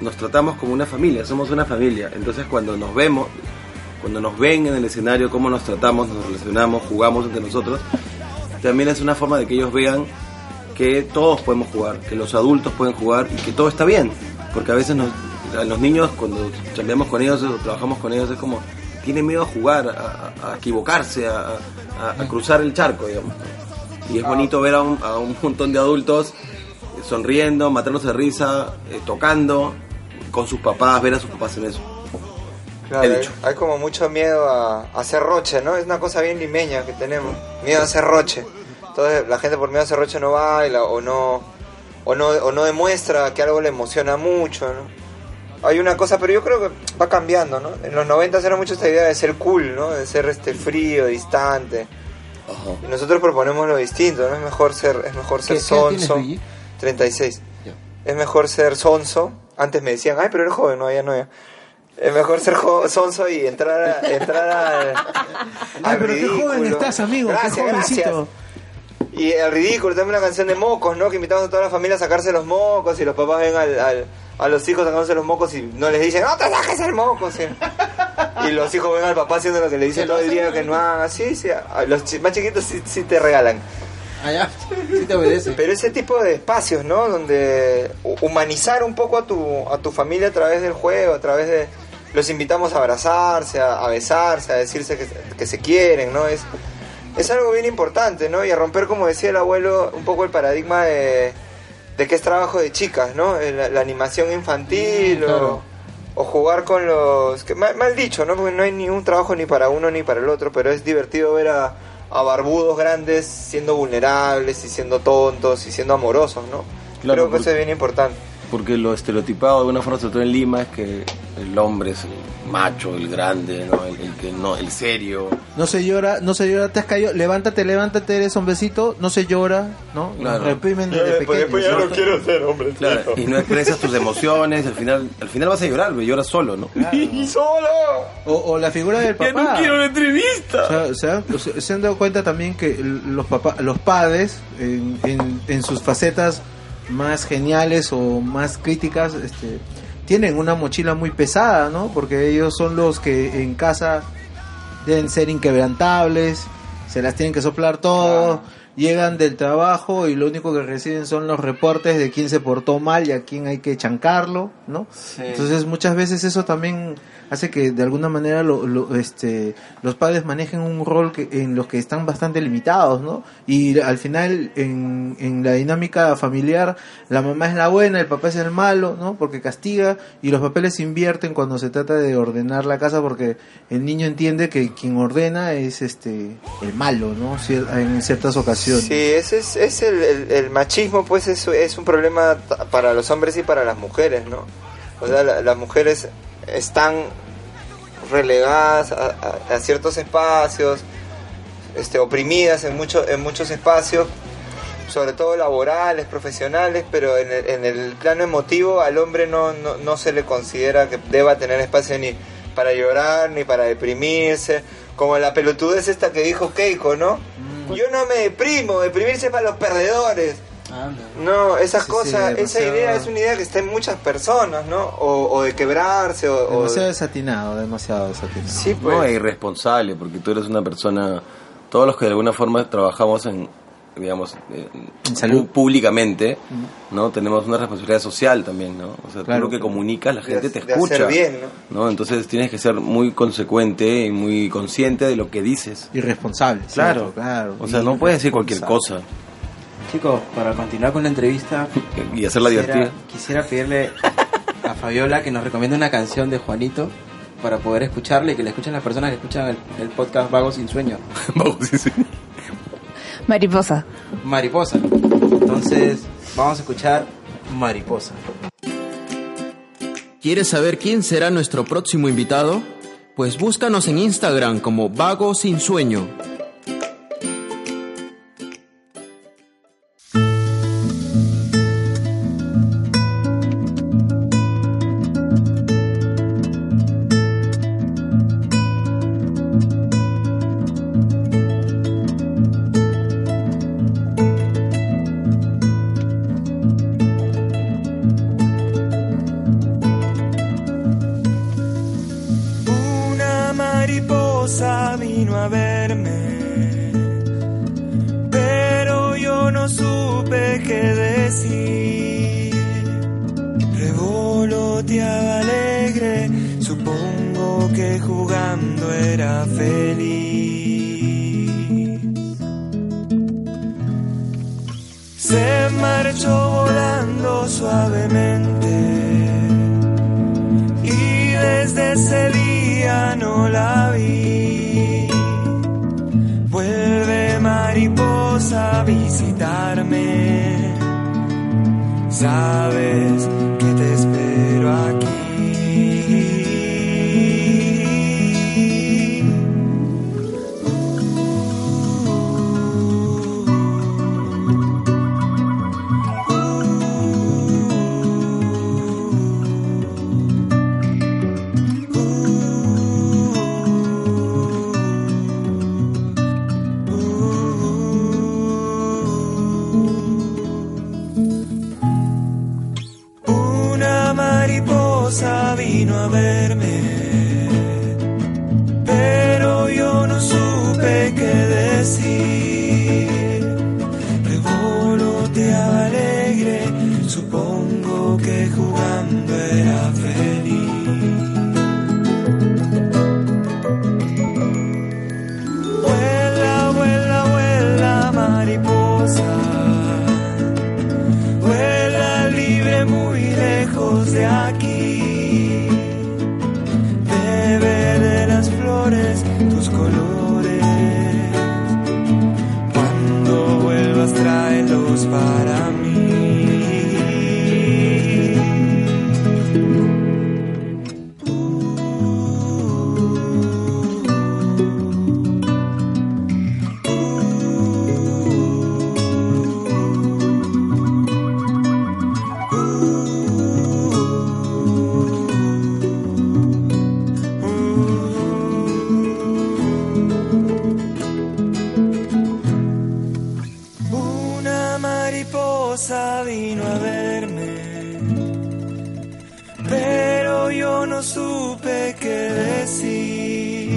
S7: nos tratamos como una familia, somos una familia. Entonces cuando nos vemos, cuando nos ven en el escenario, cómo nos tratamos, nos relacionamos, jugamos entre nosotros, también es una forma de que ellos vean que todos podemos jugar, que los adultos pueden jugar y que todo está bien. Porque a veces nos, a los niños, cuando chambeamos con ellos o trabajamos con ellos, es como, tienen miedo a jugar, a, a- a equivocarse, a, a- a cruzar el charco, digamos. Y es bonito ver a un, a un montón de adultos sonriendo, matándose de risa, eh, tocando con sus papás, ver a sus papás en eso.
S6: Claro,
S7: He
S6: hay-
S7: dicho.
S6: Hay como mucho miedo a, a hacer roche, ¿no? Es una cosa bien limeña que tenemos, miedo a hacer roche. Entonces la gente por miedo a hacer roche no baila o no, o no, o no demuestra que algo le emociona mucho, ¿no? Hay una cosa, pero yo creo que va cambiando, ¿no? En los 90 era mucho esta idea de ser cool, ¿no? De ser este frío, distante. Y nosotros proponemos lo distinto, ¿no? Es mejor ser, es mejor ser
S1: ¿Qué- qué edad tienes,
S6: sonso.
S1: Luigi?
S6: 36. Es mejor ser sonso. Antes me decían, ay, pero eres joven, no, ya no, ya. Es mejor ser jo- sonso y entrar a, entrar al.
S3: Ay,
S6: al
S3: pero qué joven
S6: ridículo.
S3: estás, amigo, qué
S6: Gracias,
S3: jovencito.
S6: gracias. Y el ridículo, también una canción de mocos, ¿no? Que invitamos a toda la familia a sacarse los mocos y los papás ven al, al- a los hijos sacándose los mocos y no les dicen, ¡No te saques el moco! sí. Y los hijos ven al papá haciendo lo que le dicen todo el día que no hagan. Sí, sí, a los chi- más chiquitos sí, sí te regalan.
S1: Allá, Ah, sí te obedece.
S6: Pero ese tipo de espacios, ¿no? Donde hu- humanizar un poco a tu, a tu familia a través del juego, a través de... Los invitamos a abrazarse, a, a besarse, a decirse que, que se quieren, ¿no? Es, es algo bien importante, ¿no? Y a romper, como decía el abuelo, un poco el paradigma de, de que es trabajo de chicas, ¿no? Eh, La, la animación infantil o-
S1: claro.
S6: o, jugar con los... Que, mal, mal dicho, ¿no? Porque no hay ningún trabajo ni para uno ni para el otro, pero es divertido ver a, a barbudos grandes siendo vulnerables y siendo tontos y siendo amorosos, ¿no?
S7: Claro,
S6: Creo que
S7: porque-
S6: eso es bien importante.
S7: Porque lo estereotipado de alguna forma, sobre todo en Lima, es que el hombre es el macho, el grande, ¿no? El, el que no, el serio.
S3: No se llora, no se llora, te has caído, levántate, levántate, eres hombrecito, no se llora, ¿no?
S7: Claro.
S3: Reprimen desde pequeños, ¿no?
S6: quiero ser hombre.
S7: Claro, y no expresas tus emociones, al final, al final vas a llorar, me lloras solo, ¿no?
S6: ¡Solo!
S3: O, o la figura del papá.
S7: una entrevista!
S3: O sea, se, han, o sea, se han dado cuenta también que el- los papá, los padres en, en- en sus facetas más geniales o más críticas este, tienen una mochila muy pesada, ¿no? Porque ellos son los que en casa deben ser inquebrantables, se las tienen que soplar todo, llegan del trabajo y lo único que reciben son los reportes de quién se portó mal y a quién hay que chancarlo, ¿no? Entonces muchas veces eso también hace que de alguna manera lo- lo, este, los padres manejen un rol que, en los que están bastante limitados, ¿no? Y al final en, en la dinámica familiar la mamá es la buena, el papá es el malo, ¿no? Porque castiga y los papeles se invierten cuando se trata de ordenar la casa porque el niño entiende que quien ordena es este el malo, ¿no? Cier- en ciertas ocasiones.
S6: Sí, ese es, es el, el- el machismo, pues es, es un problema ta- para los hombres y para las mujeres, ¿no? O sea, la- las mujeres están relegadas a, a- a ciertos espacios, este, oprimidas en, mucho, en muchos espacios, sobre todo laborales, profesionales, pero en el, en el plano emotivo al hombre no, no, no se le considera que deba tener espacio ni para llorar, ni para deprimirse, como la pelotudez esta que dijo Keiko, ¿no?
S7: Mm.
S6: Yo no me deprimo, deprimirse es para los perdedores. No, esas
S3: Sí, sí,
S6: cosas, esa
S3: demasiado-
S6: idea es una idea que está en muchas personas, ¿no? O, o de quebrarse, o... o-
S3: Demasiado desatinado, demasiado desatinado.
S6: Sí, pues.
S7: No, es irresponsable, porque tú eres una persona. Todos los que de alguna forma trabajamos en, digamos, eh,
S3: En salud.
S7: pu- públicamente, ¿no? Tenemos una responsabilidad social también, ¿no? O sea,
S3: Claro.
S7: tú lo que comunicas, la
S6: De
S7: gente
S6: ha-
S7: te
S6: de hacer
S7: escucha.
S6: bien,
S7: ¿no? Entonces tienes que ser muy consecuente y muy consciente de lo que dices.
S3: Irresponsable.
S2: Claro.
S3: cierto, claro.
S7: O sea, no puedes decir cualquier cosa
S2: Chicos, para continuar con la entrevista,
S7: y
S2: quisiera,
S7: hacerla divertida.
S2: quisiera pedirle a Fabiola que nos recomiende una canción de Juanito para poder escucharla y que la escuchen las personas que escuchan el, el podcast Vagos sin Sueño,
S7: Vamos, sí, sí.
S5: Mariposa.
S2: Mariposa. Entonces, vamos a escuchar Mariposa.
S8: ¿Quieres saber quién será nuestro próximo invitado? Pues búscanos en Instagram como Vago Sin Sueño.
S9: Una mariposa vino a verme, pero yo no supe qué decir. Revoloteaba alegre, supongo que jugando era feliz. Se marchó volando suavemente y desde ese día no la vi. Vuelve mariposa a visitarme. Sabes que te espero aquí. mariposa vino a verme, pero yo no supe qué decir. Revoloteaba alegre, supongo que jugando era feliz. Vuela, vuela, vuela, mariposa. Vuela libre muy lejos de aquí. Bebe de las flores tus colores. Cuando vuelvas, tráelos para mí. Una mariposa vino a verme, pero yo no supe qué decir.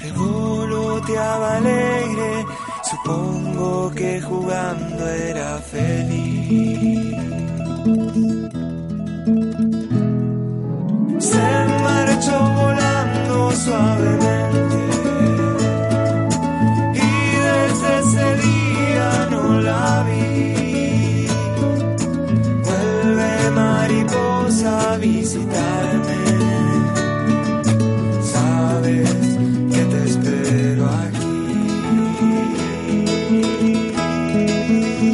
S9: Revoloteaba alegre, supongo que jugando era feliz. Se marchó volando suavemente y desde ese día no la vi. Vuelve mariposa a visitarme. Sabes que te espero aquí.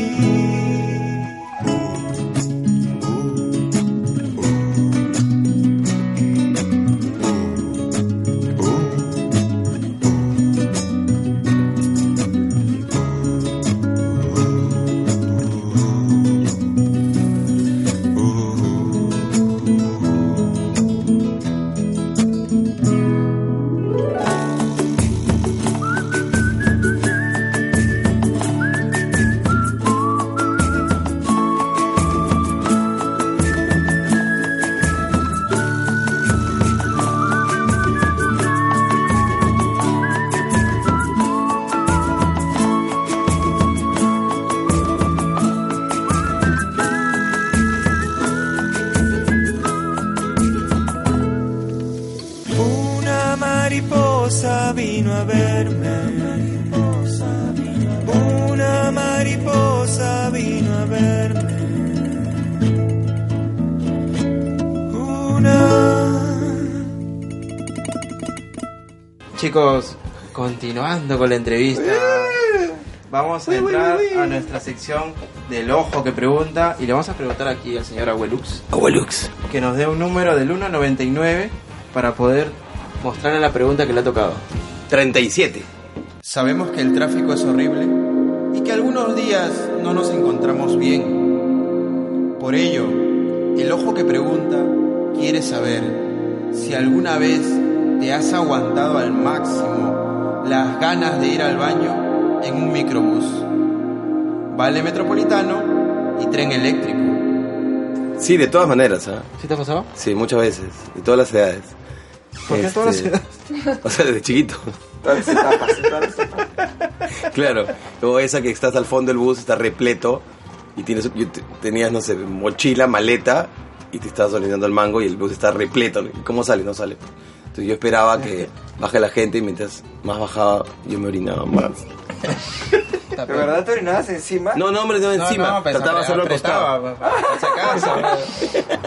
S9: Una mariposa vino a verme. Una mariposa vino a verme. Una.
S2: Chicos, continuando con la entrevista, vamos a entrar a nuestra sección del ojo que pregunta y le vamos a preguntar aquí al señor Abuelux
S7: Abuelux.
S2: que nos dé un número del 1 al 99 para poder mostrarle la pregunta que le ha tocado.
S7: 37.
S1: Sabemos que el tráfico es horrible y que algunos días no nos encontramos bien. Por ello, el ojo que pregunta quiere saber si alguna vez te has aguantado al máximo las ganas de ir al baño en un microbús, vale metropolitano y tren eléctrico.
S7: Sí, de todas maneras, ¿ah?
S2: ¿Sí te ha pasado?
S7: Sí, muchas veces. De todas las edades. Este,
S2: ¿Por qué todas las
S7: O sea, desde chiquito.
S6: Todas las etapas, todas las etapas.
S7: Claro, o esa que estás al fondo del bus, está repleto y tienes, yo te- tenías, no sé, mochila, maleta y te estabas orinando al mango y el bus está repleto. ¿Y ¿Cómo sale? No sale. Entonces yo esperaba que baje la gente y mientras más bajaba yo me orinaba más.
S6: ¿De verdad te orinabas encima?
S7: No, no, hombre, no, encima. Trataba de hacerlo al costado.
S2: Se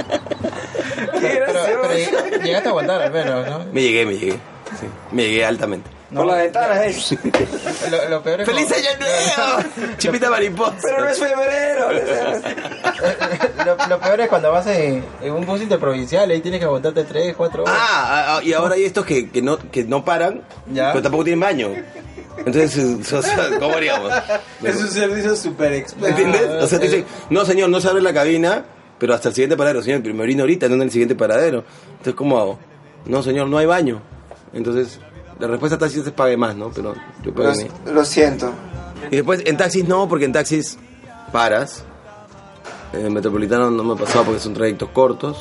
S6: Qué gracioso.
S2: llegaste a aguantar al menos, ¿no?
S7: Me llegué, me llegué. Sí, me llegué altamente.
S6: Por la ventana, ¿eh?
S2: Lo, lo peor es
S7: ¡Feliz
S2: como-
S7: año nuevo! Chipita mariposa.
S6: Pero no es
S7: Pues
S6: febrero.
S2: lo, lo peor es cuando vas en, en un bus interprovincial, ahí tienes que aguantarte 3, 4 horas.
S7: Ah, ah, ah, y ahora hay estos que, que no, que no paran,
S2: Ya.
S7: pero tampoco tienen baño. Entonces, eh, o sea, ¿cómo haríamos?
S3: Es un servicio súper experto.
S7: ¿Entiendes? O sea, te dicen, no señor, no se abre la cabina, pero hasta el siguiente paradero, señor, pero me orino ahorita, no en el siguiente paradero. Entonces, ¿cómo hago? No señor, no hay baño. Entonces, la respuesta taxi es pague más, ¿no? Pero yo pagué. menos.
S6: Lo, lo siento.
S7: Y después, en taxis no, porque en taxis paras. En el metropolitano no me ha pasado porque son trayectos cortos.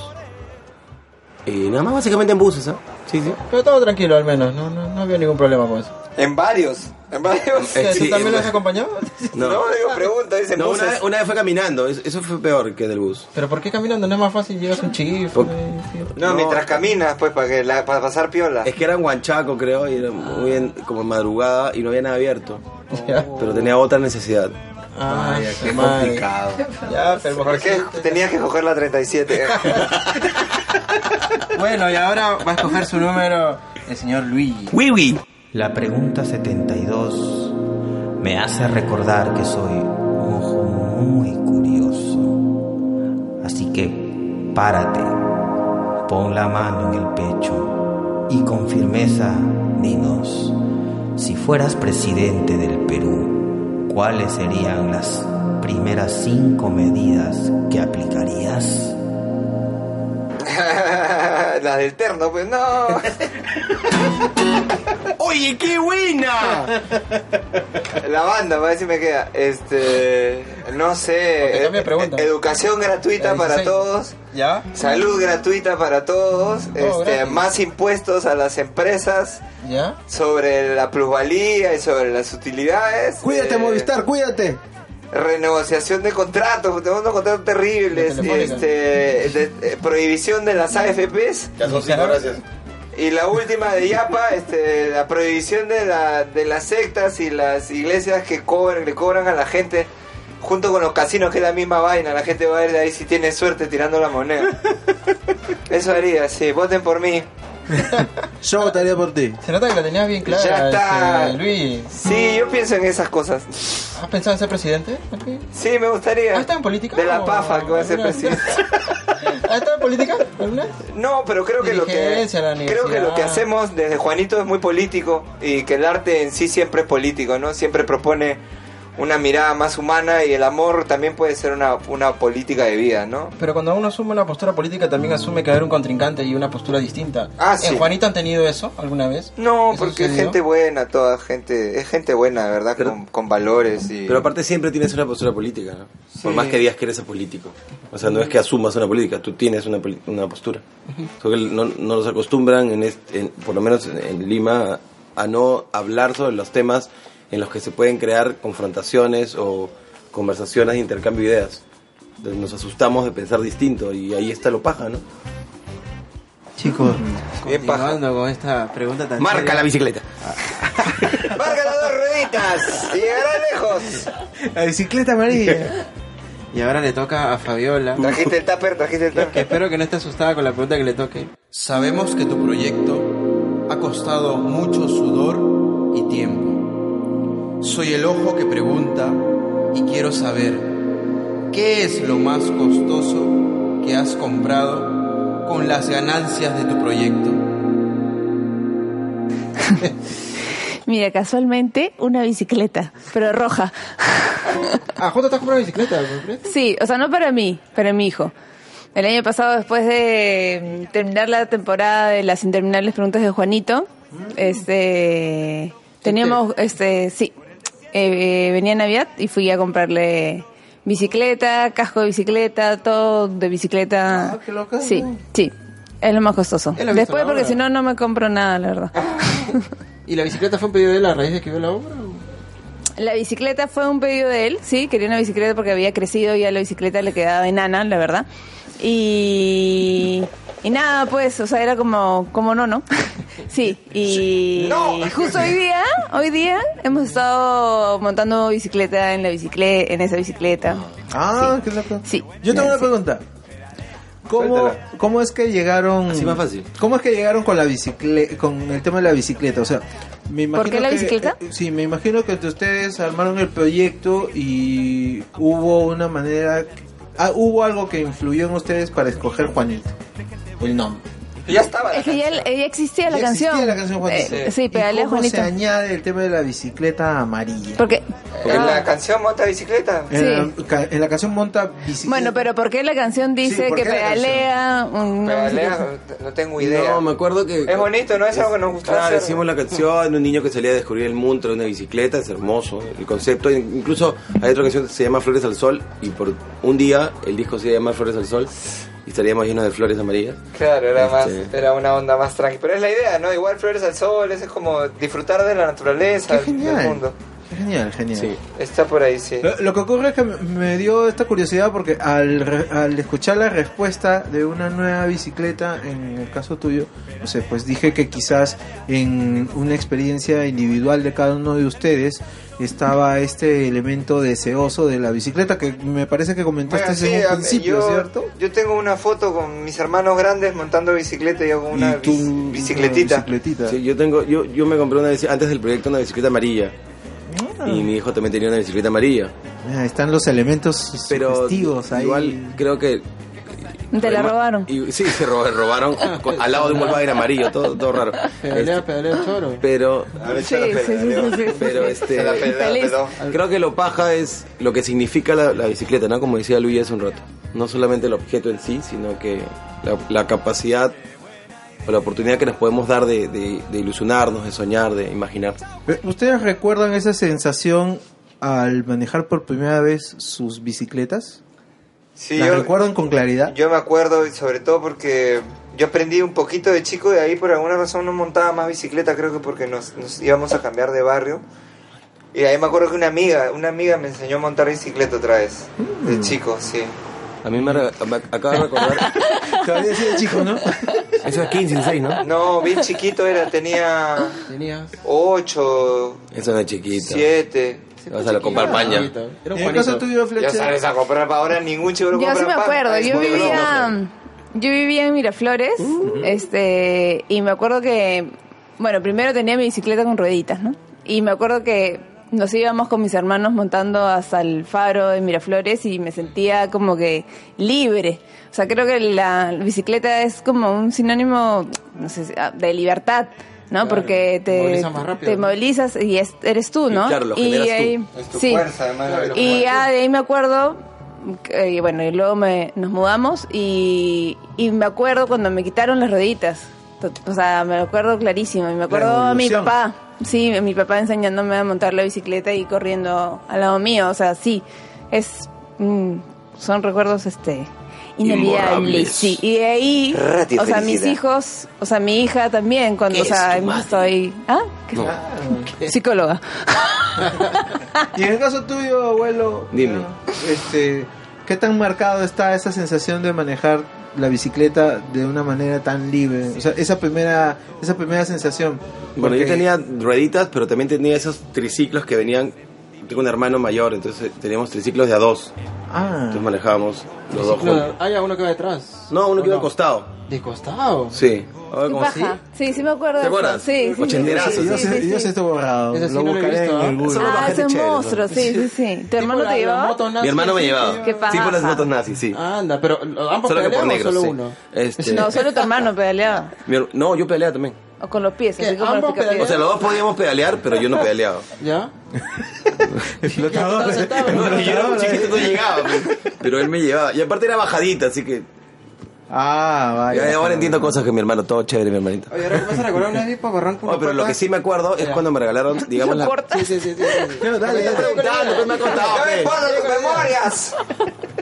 S7: Y nada más, básicamente en buses, ¿ah? Sí, sí.
S3: Pero todo tranquilo, al menos. No, no, no había ningún problema con eso.
S6: En varios. En varios.
S7: Eh, sí,
S3: ¿Tú también
S7: en-
S3: lo has acompañado?
S6: No, digo, pregunta, dice
S7: No, una,
S6: buses.
S7: vez- una vez fue caminando, es- eso fue peor que del bus.
S3: Pero ¿por qué caminando? No es más fácil, llegas un chif.
S7: Por-
S3: eh, sí.
S6: No, mientras caminas, pues, para, que la- para pasar piola.
S7: Es que era en Huanchaco, creo, y era muy en- como en madrugada y no había nada abierto.
S3: Ya.
S7: Pero tenía otra necesidad.
S3: Ah,
S1: Vaya, qué
S3: su madre.
S1: complicado.
S3: Ya, pero
S6: ¿Por qué tenías que coger la 37?
S2: Bueno, y ahora va a escoger su número el señor Luigi.
S9: La pregunta 72 me hace recordar que soy un ojo muy curioso. Así que párate, pon la mano en el pecho y con firmeza dinos, si fueras presidente del Perú, ¿cuáles serían las primeras cinco medidas que aplicarías?
S6: la del terno, pues, no.
S7: ¡Oye, qué buena!
S6: La banda, para ver si me queda. Este. No
S3: Ok,
S6: sé.
S3: cambia de pregunta.
S6: eh, Educación gratuita
S3: La
S6: para
S3: 16.
S6: todos.
S3: ¿Ya? Oh,
S6: Salud gratuita para todos. este,
S3: gratis.
S6: más impuestos a las empresas.
S3: ¿Ya?
S6: Sobre la plusvalía y sobre las utilidades.
S3: Cuídate,
S6: eh,
S3: Movistar, cuídate.
S6: Renegociación de contratos, tenemos unos contratos terribles.
S3: De Telefónica.
S6: Este, de- eh, prohibición de las AFPs.
S7: Ya son cinco, gracias.
S6: Y la última de Yapa, este, la prohibición de, la, de las sectas y las iglesias que cobran, le cobran a la gente, junto con los casinos, que es la misma vaina. La gente va a ir de ahí si tiene suerte tirando la moneda. Eso haría, sí, voten por mí.
S3: Yo votaría por ti. Se nota que la tenías bien clara.
S6: Ya está.
S3: este, Luis,
S6: Sí, yo pienso en esas cosas.
S3: ¿has pensado en ser presidente? Luis?
S6: Sí, me gustaría.
S3: ¿Has estado en política?
S6: De la
S3: o-
S6: pafa que va a ser
S3: alguna-
S6: presidente.
S3: ¿Has estado en política alguna vez?
S6: No, pero creo que lo que
S3: Dirigencia, la
S6: creo que lo que
S3: universidad.
S6: hacemos desde Juanito es muy político y que el arte en sí siempre es político, ¿no? Siempre propone una mirada más humana y el amor también puede ser una, una política de vida, ¿no?
S3: Pero cuando uno asume una postura política, también asume que va a haber un contrincante y una postura distinta.
S6: Ah, sí.
S3: ¿En Juanito han tenido eso alguna vez?
S6: No,
S3: ¿Eso
S6: porque es
S3: sucedió?
S6: gente buena, toda gente, es gente buena, de verdad,
S7: Pero-
S6: con, con valores y
S7: Pero aparte siempre tienes una postura política, ¿no? Por más que digas que eres político. O sea, no es que asumas una política, tú tienes una, poli- una postura. Solo que no, no nos acostumbran, en este- en- por lo menos en, en Lima, a no hablar sobre los temas en los que se pueden crear confrontaciones o conversaciones de intercambio de ideas. Entonces nos asustamos de pensar distinto y ahí está lo paja, ¿no?
S2: Chicos,
S6: Bien paja.
S2: continuando con esta pregunta tan
S7: Marca la
S2: seria,
S7: bicicleta.
S6: ¡Marca las dos rueditas! y llegará lejos.
S3: La bicicleta amarilla.
S2: Y ahora le toca a Fabiola.
S6: Trajiste el tupper, trajiste el
S2: que
S6: tupper.
S2: espero que no esté asustada con la pregunta que le toque.
S1: Sabemos que tu proyecto ha costado mucho sudor y tiempo. Soy el ojo que pregunta y quiero saber qué es lo más costoso que has comprado con las ganancias de tu proyecto.
S5: Mira, casualmente una bicicleta, pero roja.
S3: ah, Jota, estás comprando bicicleta.
S1: Eh,
S3: ¿compré?
S5: Sí, o sea, no para mí, para mi hijo. El año pasado, después de mm, terminar la temporada de las interminables preguntas de Juanito, este, teníamos, este, sí, eh, venía Navidad y fui a comprarle bicicleta, casco de bicicleta, todo de bicicleta.
S3: Ah, qué loca.
S5: Sí, sí, es lo más costoso.
S3: Es la vista
S5: Después,
S3: la
S5: porque
S3: obra.
S5: si no, no me compro nada, la verdad.
S3: ¿Y la bicicleta fue un pedido de él a raíz de que vio la obra? o?
S5: La bicicleta fue un pedido de él, sí, quería una bicicleta porque había crecido y a la bicicleta le quedaba enana, la verdad. Y, y nada, pues, o sea, era como, como no, ¿no? Sí, y justo hoy día, hoy día hemos estado montando bicicleta en la bicicleta, en esa bicicleta.
S3: Ah, qué loco.
S5: Sí.
S3: Yo tengo
S5: Sí.
S3: una pregunta. ¿Cómo,
S7: Suéltala.
S3: ¿Cómo es que llegaron?
S7: Así más fácil.
S3: ¿Cómo es que llegaron con la bicicleta, con el tema de la bicicleta? O sea, me imagino
S5: qué la
S3: que-
S5: bicicleta?
S3: eh, sí, me imagino que entre ustedes armaron el proyecto y hubo una manera, ah, hubo algo que influyó en ustedes para escoger Juanito, el nombre.
S6: Ya estaba.
S5: Es que ya, ya existía la
S3: Ya existía
S5: canción.
S3: la canción Juanito.
S5: Eh, sí,
S3: ¿Y
S5: pedalea
S3: cómo
S5: Juanito.
S3: se añade el tema de la bicicleta amarilla?
S5: Porque,
S6: Porque
S5: ah,
S6: la canción monta bicicleta.
S3: en, la, ca- en la canción monta bicicleta.
S5: bueno, pero ¿por qué la canción dice
S3: ¿por
S5: que
S3: qué la
S5: pedalea un- una bicicleta?
S6: Pedalea, no tengo idea.
S7: No, me acuerdo que...
S6: Es bonito, ¿no? Es algo que nos gustaba
S7: Claro,
S6: hacer.
S7: hicimos la canción, un niño que salía a descubrir el mundo en una bicicleta, es hermoso el concepto. Incluso hay otra canción que se llama Flores al Sol y por un día el disco se llama Flores al Sol y estaríamos llenos de flores amarillas.
S6: Claro, era más,
S7: Este.
S6: era una onda más tranqui. Pero es la idea, ¿no? Igual flores al sol, eso es como disfrutar de la naturaleza,
S3: Qué
S6: del
S3: genial.
S6: mundo.
S3: Qué Genial, genial.
S7: Sí.
S6: Está por ahí, sí.
S3: Lo, lo que ocurre es que me dio esta curiosidad porque al, re- al escuchar la respuesta de una nueva bicicleta, en el caso tuyo, no sé, pues dije que quizás en una experiencia individual de cada uno de ustedes estaba este elemento deseoso de la bicicleta que me parece que comentaste
S6: Bueno, sí,
S3: pues en un
S6: a-
S3: principio,
S6: yo,
S3: ¿cierto?
S6: yo tengo una foto con mis hermanos grandes montando bicicleta y yo con una
S3: Y tú,
S6: bici- bicicletita.
S3: una bicicletita.
S7: Sí, yo tengo, yo, yo me compré una bici- antes del proyecto una bicicleta amarilla y mi hijo también tenía una bicicleta amarilla.
S3: Mira, están los elementos
S7: Pero
S3: sugestivos ahí.
S7: igual creo que
S5: Te la
S7: Además-
S5: robaron.
S7: y- sí, se ro- robaron con- al lado de un Volkswagen amarillo, todo, todo raro. Este,
S2: choro.
S7: pero
S5: Sí, sí, sí, sí, sí, sí.
S7: pero este
S6: Se la peló,
S5: Feliz.
S6: peló.
S7: creo que lo paja es lo que significa la, la bicicleta, ¿no? Como decía Luis hace un rato. No solamente el objeto en sí, sino que la, la capacidad o la oportunidad que nos podemos dar de, de- de ilusionarnos, de soñar, de imaginar.
S3: Pero, Eh, ¿Ustedes recuerdan esa sensación al manejar por primera vez sus bicicletas?
S6: Sí,
S3: ¿La
S6: yo,
S3: recuerdan con claridad?
S6: yo me acuerdo, y sobre todo porque yo aprendí un poquito de chico y ahí por alguna razón no montaba más bicicleta, creo que porque nos, nos íbamos a cambiar de barrio. Y ahí me acuerdo que una amiga, una amiga me enseñó a montar bicicleta otra vez, de chico, sí.
S7: A mí me, re- me acaba de recordar.
S3: Todavía sí de chico, ¿no?
S7: Eso es 15, 16, ¿no?
S6: No, bien chiquito era, tenía
S2: Tenías.
S6: 8,
S7: Eso no es chiquito.
S6: 7.
S7: Vas a la comprar paña.
S2: Era un
S3: en el
S2: Juanito.
S3: caso tuyo,
S6: Ya
S3: Fletcher.
S6: sabes, a comprar para ahora ningún chivolo
S5: Yo
S6: compra
S5: sí me
S6: pan.
S5: acuerdo,
S6: Ahí
S5: yo
S6: se compró
S5: vivía,
S6: uno.
S5: yo vivía en Miraflores, este, y me acuerdo que, bueno, primero tenía mi bicicleta con rueditas, ¿no? Y me acuerdo que nos íbamos con mis hermanos montando hasta el faro de Miraflores y me sentía como que libre. O sea, creo que la bicicleta es como un sinónimo, no sé, si- ah, de libertad, ¿no? Porque te,
S2: movilizas más rápido,
S5: te
S2: ¿no?
S5: movilizas y es- eres tú,
S7: Y
S5: ¿no?
S7: claro, lo generas tú.
S6: Es tu
S5: sí.
S6: fuerza, además. de lo que
S5: Y
S6: mueves.
S5: ya de ahí me acuerdo, que, eh, y bueno, y luego me- nos mudamos y, y me acuerdo cuando me quitaron las rueditas. To- O sea, me acuerdo clarísimo. Y me acuerdo a mi
S3: revolución.
S5: papá, sí, mi papá enseñándome a montar la bicicleta y corriendo al lado mío. O sea, sí, es mm, son recuerdos este inolvidables.
S7: Imborrables.
S5: Sí, y de ahí,
S6: Rato y
S5: o sea, mis
S6: felicidad.
S5: hijos, o sea, mi hija también, cuando, o sea, estoy. ¿Ah? ¿Qué-
S7: No.
S5: Psicóloga.
S3: Y en el caso tuyo, abuelo,
S7: Dime.
S3: eh, este, ¿qué tan marcado está esa sensación de manejar la bicicleta de una manera tan libre? O sea, esa primera, esa primera sensación.
S7: Bueno, yo
S3: Porque-
S7: tenía rueditas, pero también tenía esos triciclos que venían. Tengo un hermano mayor, entonces teníamos triciclos de a dos.
S3: Ah,
S7: Entonces manejábamos los dos
S2: Ciclo de-
S7: juntos.
S2: Ah, ya, uno que va detrás.
S7: No, uno que
S2: ¿O
S7: iba al costado.
S2: De costado.
S7: Sí. A ver, ¿cómo así?
S5: Baja. Sí, sí me acuerdo. de
S7: ¿Te
S5: eso.
S7: acuerdas?
S5: Sí, sí.
S7: Ochenterazo,
S5: sí,
S3: yo
S5: sí,
S3: sé,
S5: sí,
S3: yo
S5: sí.
S3: sé este borrado.
S2: Ese sí
S3: lo
S2: no lo he
S3: buscaré
S2: visto, ¿ah?
S3: en el Google.
S7: Solo
S5: Ah,
S7: bajé
S5: ese
S7: de chévere,
S5: monstruo,
S7: ¿no?
S5: sí, sí, sí.
S2: Tipo
S5: ¿Tu hermano te
S2: la- la
S5: llevaba?
S2: moto nazi,
S7: Mi hermano me
S2: sí,
S7: llevaba.
S2: que-
S5: Qué paja.
S7: Sí, por las motos nazis, sí.
S2: Anda, pero Ah, ambos
S7: Solo que por
S2: pedaleaban o
S7: negros.
S2: solo
S7: sí.
S2: uno.
S7: Este,
S5: No, solo tu hermano pedaleaba.
S7: mi her- no, yo peleaba también.
S5: O con los pies, así
S2: ¿Qué?
S5: como los
S2: ¿Ambos
S5: picapiedras.
S7: O sea, los dos podíamos pedalear, pero yo no pedaleaba.
S2: ¿Ya?
S3: Explotador.
S7: No, porque yo era muy chiquito, no llegaba. pues. Pero él me llevaba. Y aparte era bajadita, así que.
S3: Ah, vaya.
S7: ya- ahora entiendo cosas que mi hermano, todo chévere, mi hermanito.
S2: Oye, ahora que vas a recordar una vez para borrar un
S7: Oh, pero lo que sí me acuerdo es cuando me regalaron, digamos, la.
S2: Sí, sí, sí. sí, sí.
S3: Claro, dale, dale.
S7: Preguntando, pues, me ha
S6: ¡No
S7: contado,
S6: me
S7: pues.
S6: importa tus memorias!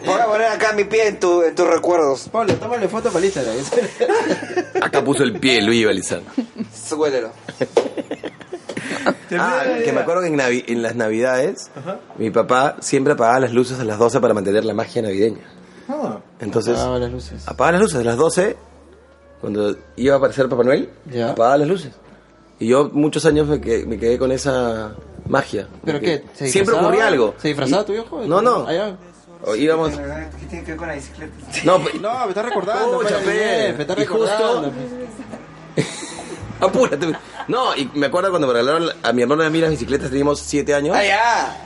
S6: Voy a poner acá mi pie en, tu- en tus recuerdos.
S2: Pablo, tómale foto para el Instagram.
S7: Acá puso el pie Luis Balizano.
S6: Huélelo.
S7: Ah, que me acuerdo que en, navi- en las navidades mi papá siempre apagaba las luces a las 12 para mantener la magia navideña.
S3: Ah,
S7: Entonces,
S2: Ah, las luces.
S7: apagaba las luces a las 12 cuando iba a aparecer Papá Noel,
S2: Ya.
S7: apagaba las luces. Y yo muchos años me, que- me quedé con esa magia.
S2: ¿Pero
S7: Porque
S2: qué? ¿Se
S7: Siempre
S2: disfrazaba?
S7: ocurría algo.
S2: ¿Se disfrazaba
S7: Y-
S2: tu viejo?
S7: No, no.
S2: Ah, ya.
S7: O íbamos
S6: ¿Qué tiene que ver con la bicicleta?
S7: No, pe-
S2: No, me está recordando. pues,
S7: Pucha,
S2: pe,
S7: pe.
S2: me está
S7: Y justo-
S2: recordando. pues.
S7: apúrate. No, y me acuerdo cuando me regalaron a mi hermano y a mí las bicicletas, teníamos 7 años.
S6: ¡Ah, ya!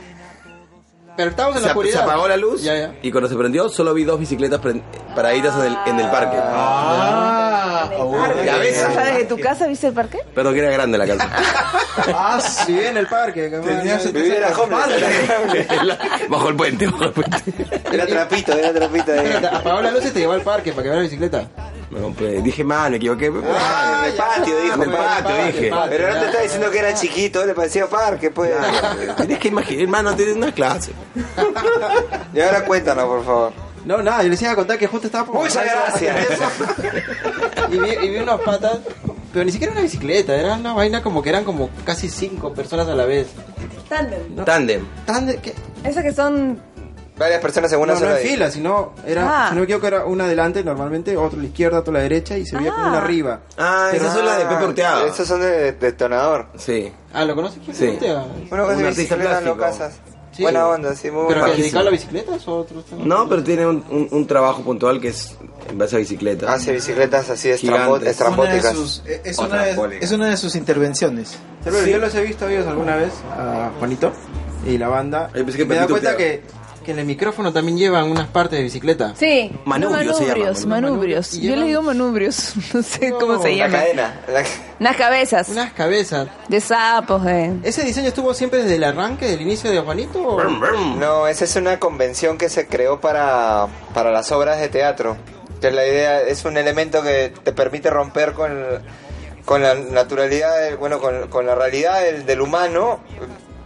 S2: Pero estábamos en
S7: se,
S2: la
S7: ap- se
S2: oscuridad.
S7: apagó la luz
S2: Ya, ya.
S7: y cuando se prendió solo vi dos bicicletas prend- paraditas en el, en el parque.
S3: ah,
S5: Ah,
S7: Ya ves.
S5: O sea, desde tu casa viste el parque.
S7: Perdón, que era grande la casa.
S3: ah, sí.
S2: Si bien en el parque. que
S3: Tenías
S2: bueno,
S6: Vivir era homeless.
S7: La- bajo el puente, bajo el puente.
S6: Era trapito, era trapito.
S2: Espérate,
S6: Era
S2: Apagó la luz y te llevó al parque para que veas la bicicleta.
S7: Me compré. pues, Dije mal, me equivoqué. Mal.
S6: el patio, dijo.
S7: En el patio, dije.
S6: Pero ahora te está diciendo que era chiquito, le parecía parque, pues.
S7: Tienes que imaginar, hermano, tienes una clase.
S6: Y ahora cuéntanos, por favor.
S2: No, nada, yo les iba a contar que justo estaba por
S6: Muchas gracias.
S2: y, vi, y vi unos patas, pero ni siquiera una bicicleta, era una vaina como que eran como casi cinco personas a la vez.
S5: Tándem.
S2: No,
S7: Tandem.
S2: tan de que
S5: Esas que son.
S6: Varias personas en una
S2: no, no
S6: sola.
S2: en
S6: ahí.
S2: fila, sino era,
S5: Ah.
S2: si no me equivoco, era una adelante normalmente, otro a la izquierda, otro a la derecha y se veía como
S5: Ah.
S2: una arriba.
S7: Ah, esas son las de Pepe Urteado.
S6: Estos son de detonador.
S7: Sí.
S2: Ah, ¿lo conoces? ¿Quién
S7: Sí.
S2: Urteaga?
S6: Bueno, casi
S7: Un artista
S6: bicicleta
S7: plástico.
S6: no casas.
S2: Sí.
S6: Buena onda, sí, muy
S2: ¿Pero que
S6: buena.
S2: se dedicaba a las bicicletas o otros temas?
S7: No, pero tiene un, un- un trabajo puntual que es en base a bicicleta.
S6: Hace bicicletas así estrambo-
S7: Gigantes.
S3: Una de
S6: estrambóticas.
S3: sus- eh, es,
S7: Otra
S3: una de,
S7: alcohólica.
S3: es una de sus intervenciones.
S2: Sí, pero Yo los he visto a ellos alguna vez, a Juanito y la banda.
S7: Ay, pensé que
S2: me da
S7: Pepito
S2: cuenta
S7: Urteaga.
S2: que, que en el micrófono también llevan unas partes de bicicleta.
S5: Sí.
S7: Manubrios
S5: No,
S7: se llaman,
S5: manubrios,
S7: ¿no?
S5: manubrios.
S2: Y
S5: Yo
S2: llevan-
S5: le digo manubrios. No sé
S2: No,
S5: cómo
S2: la
S5: se
S6: La
S5: llama.
S6: cadena. la-
S5: Unas cabezas.
S2: Unas cabezas.
S5: De sapos, de.
S2: ¿Ese diseño estuvo siempre desde el arranque, del inicio de Juanito? o-
S6: No, esa es una convención que se creó para, para las obras de teatro. Que la idea es un elemento que te permite romper con, el- con la naturalidad, del- bueno, con, con la realidad del, del humano,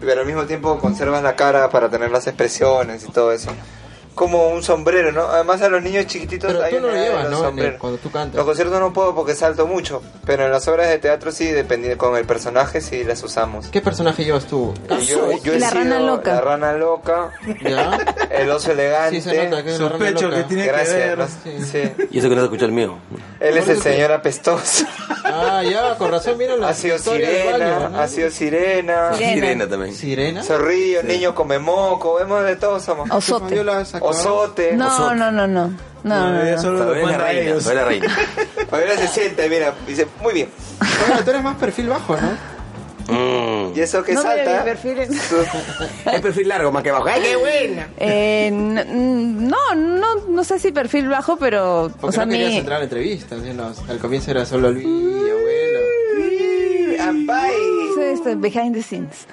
S6: pero al mismo tiempo conservas la cara para tener las expresiones y todo eso. Como un sombrero, ¿no? Además a los niños chiquititos
S2: Pero
S6: hay
S2: tú no
S6: una
S2: lo
S6: edad de
S2: llevas,
S6: los
S2: ¿no? En el-
S6: sombreros.
S2: cuando tú cantas.
S6: Los conciertos no puedo porque salto mucho, pero en las obras de teatro sí, dependiendo con el personaje sí las usamos.
S2: ¿Qué personaje llevas tú?
S6: Y Yo, yo he
S5: La rana
S6: sido
S5: loca.
S6: La rana loca,
S2: ¿Ya?
S6: el oso elegante.
S2: Sí, se nota que es una rana
S3: Sospecho
S2: loca.
S3: que tiene
S6: Gracias.
S3: que ver.
S6: ¿no?
S2: sí.
S6: Sí.
S7: Y eso que no se escucha el mío.
S6: Él es el señor apestoso.
S2: Ah, ya, con razón, mira la
S6: Ha sido
S2: historia del baño, ¿no?
S6: sirena, ha sido sirena,
S5: Sirena.
S7: Sirena también.
S2: ¿Sirena?
S6: zorrillo, niño come moco, vemos de todo somos.
S5: Osote.
S2: Fabiola sacó-
S6: Osote.
S5: No, no, no, no. No, no, no.
S3: Solo lo
S7: Todavía es la
S3: cuenta
S7: reina.
S3: ellos.
S7: Todavía es la reina.
S6: Ahora se siente, mira, dice, muy bien.
S2: Bueno, tú eres más perfil bajo, ¿no?
S7: Mm.
S6: Y eso que
S5: No mira
S6: salta.
S5: mi perfil en-
S6: su-
S7: Es perfil largo más que bajo. ¡Ay, qué buena!
S5: Eh, n- mm, no, no, no sé si perfil bajo, pero.
S2: Porque
S5: O sea,
S2: no querías
S5: mi.
S2: entrar a entrevistas. ¿sí? Los- al comienzo era solo Luis, abuelo.
S6: Ampay.
S5: Sí, estoy este, behind the scenes.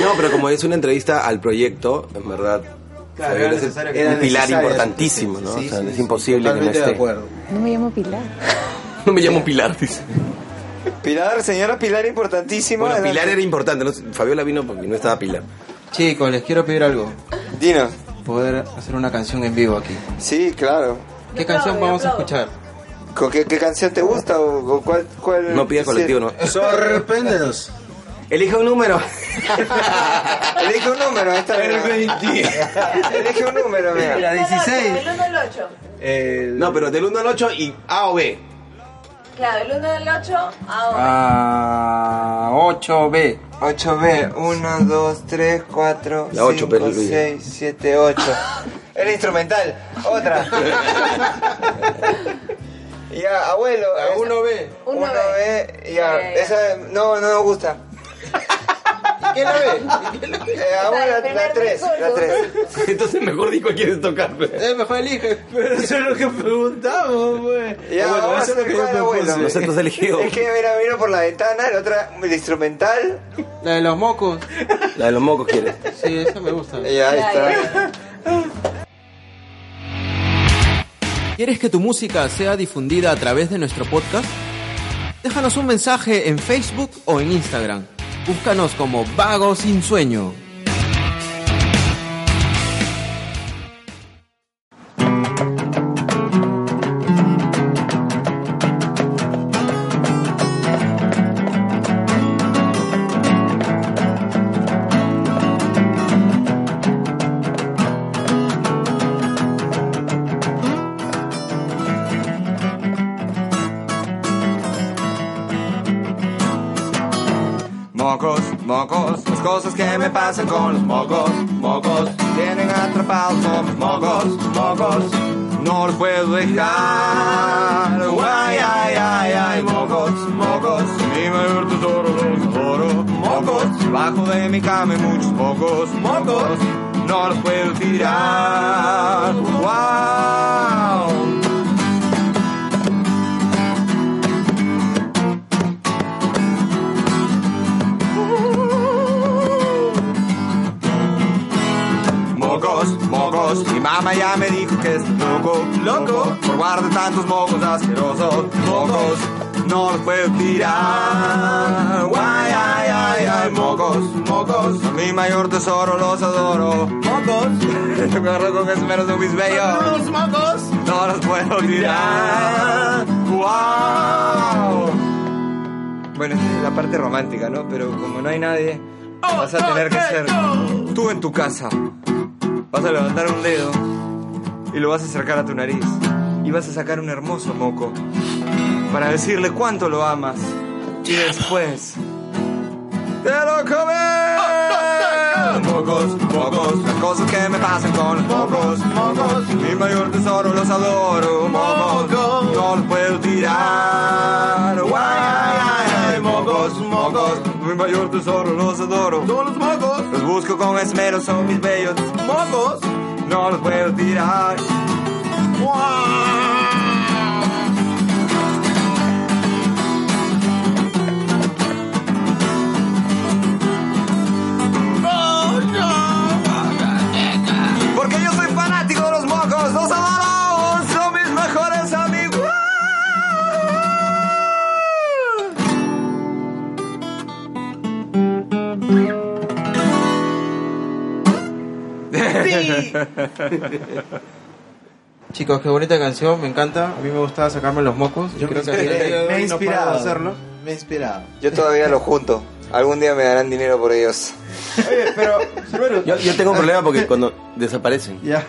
S7: No, pero como es una entrevista al proyecto, en verdad.
S3: Claro,
S7: Fabiola
S3: era
S7: es
S3: necesario que-
S7: un
S3: era
S7: pilar
S3: necesaria.
S7: importantísimo, ¿no?
S3: Sí,
S7: o sea,
S3: sí,
S7: es
S3: sí.
S7: imposible que no
S3: Totalmente de
S7: esté.
S3: acuerdo.
S5: No me llamo Pilar.
S7: No me llamo Pilar, dice.
S6: Pilar, señora Pilar importantísima.
S7: Bueno,
S6: adelante.
S7: Pilar era importante. ¿no? Fabiola vino porque no estaba Pilar.
S2: Chicos, les quiero pedir algo.
S6: Dino.
S2: Poder hacer una canción en vivo aquí.
S6: Sí, claro.
S2: ¿Qué canción vamos a escuchar?
S6: ¿Con qué, qué canción te gusta o, o cuál, cuál?
S7: No pida colectivo, ¿no?
S3: Sorpréndenos.
S7: Elige un número.
S6: Elige un número, esta vez. Elige un número, mira.
S2: La 16.
S5: El 1 al 8.
S3: El-
S7: No, pero del 1 al 8 y A o B.
S5: Claro, el 1 al 8 ahora.
S2: Ah, 8B.
S6: 8B, 1, 2, 3, 4,
S7: La ocho,
S6: 5,
S7: Luis.
S6: 6, 7, 8. El instrumental, otra. ya, abuelo.
S2: La 1B.
S6: 1B,
S5: Ya,
S6: ya.
S5: ya, ya.
S6: Esa no, no me gusta.
S2: ¿Y qué la B?
S6: Eh, abuela,
S5: el
S6: la
S5: primer
S6: 3, la
S5: disco,
S6: 3.
S7: Entonces mejor di cuál quieres tocar. pues.
S2: Eh, mejor elige.
S3: Pero eso es lo que preguntamos, güey.
S6: Ya,
S3: Bueno, eso
S6: vamos a
S3: es lo
S6: ver
S3: que yo
S6: cuál, abuelo.
S3: propuse.
S7: No sé, tú has elegido.
S6: Es que mira, vino por la ventana, la otra, el instrumental.
S2: La de los mocos.
S7: La de los mocos quieres.
S2: Sí, esa me gusta.
S6: Ya, ahí está.
S8: ¿Quieres que tu música sea difundida a través de nuestro podcast? Déjanos un mensaje en Facebook o en Instagram. Búscanos como Vago Sin Sueño.
S6: Mocos, mocos, las cosas que me pasan con los mocos, mocos, tienen atrapados con mocos, mocos, no los puedo dejar. Ay, ay, ay, ay, mocos, mocos, mi mayor tesoro los adoro, mocos, bajo de mi cama hay muchos mocos, mocos, no los puedo tirar. Wow. Mocos, mocos, mi mamá ya me dijo que es loco, loco, por guardar tantos mocos asquerosos, mocos, no los puedo tirar. Ay, ay, ay, ay, mocos, mocos, mi mayor tesoro los adoro, mocos, te tocaron con esmero de mis bellos.
S1: ¡Los mocos!
S6: No los puedo olvidar. ¡Wow! Bueno, esta es la parte romántica, ¿no? Pero como no hay nadie,
S1: Oh,
S6: vas a tener que ser tú en tu casa. Vas a levantar un dedo y lo vas a acercar a tu nariz. Y vas a sacar un hermoso moco para decirle cuánto lo amas. Y después. ¡Te lo comes! Mocos, mocos, las cosas que me pasan con los mocos, mocos. Mi mayor tesoro los adoro, mocos. No los puedo tirar. Guay, mocos, mocos. Mi mayor tesoro los adoro.
S1: ¡Todos los mocos!
S6: Los busco con esmero, son mis bellos.
S1: ¡Mocos!
S6: No los puedo tirar. Porque yo soy fanático de los mocos, los adoro, son mis mejores amigos.
S2: Chicos, qué bonita canción, me encanta. A mí me gustaba sacarme los mocos. Yo creo que hasta el día de hoy no
S3: me he
S2: paro de
S3: inspirado.
S2: hacerlo.
S3: Me he inspirado.
S6: Yo todavía los junto. Algún día me darán dinero por ellos.
S7: Yo, yo tengo un problema porque cuando desaparecen.
S3: ¿Ya?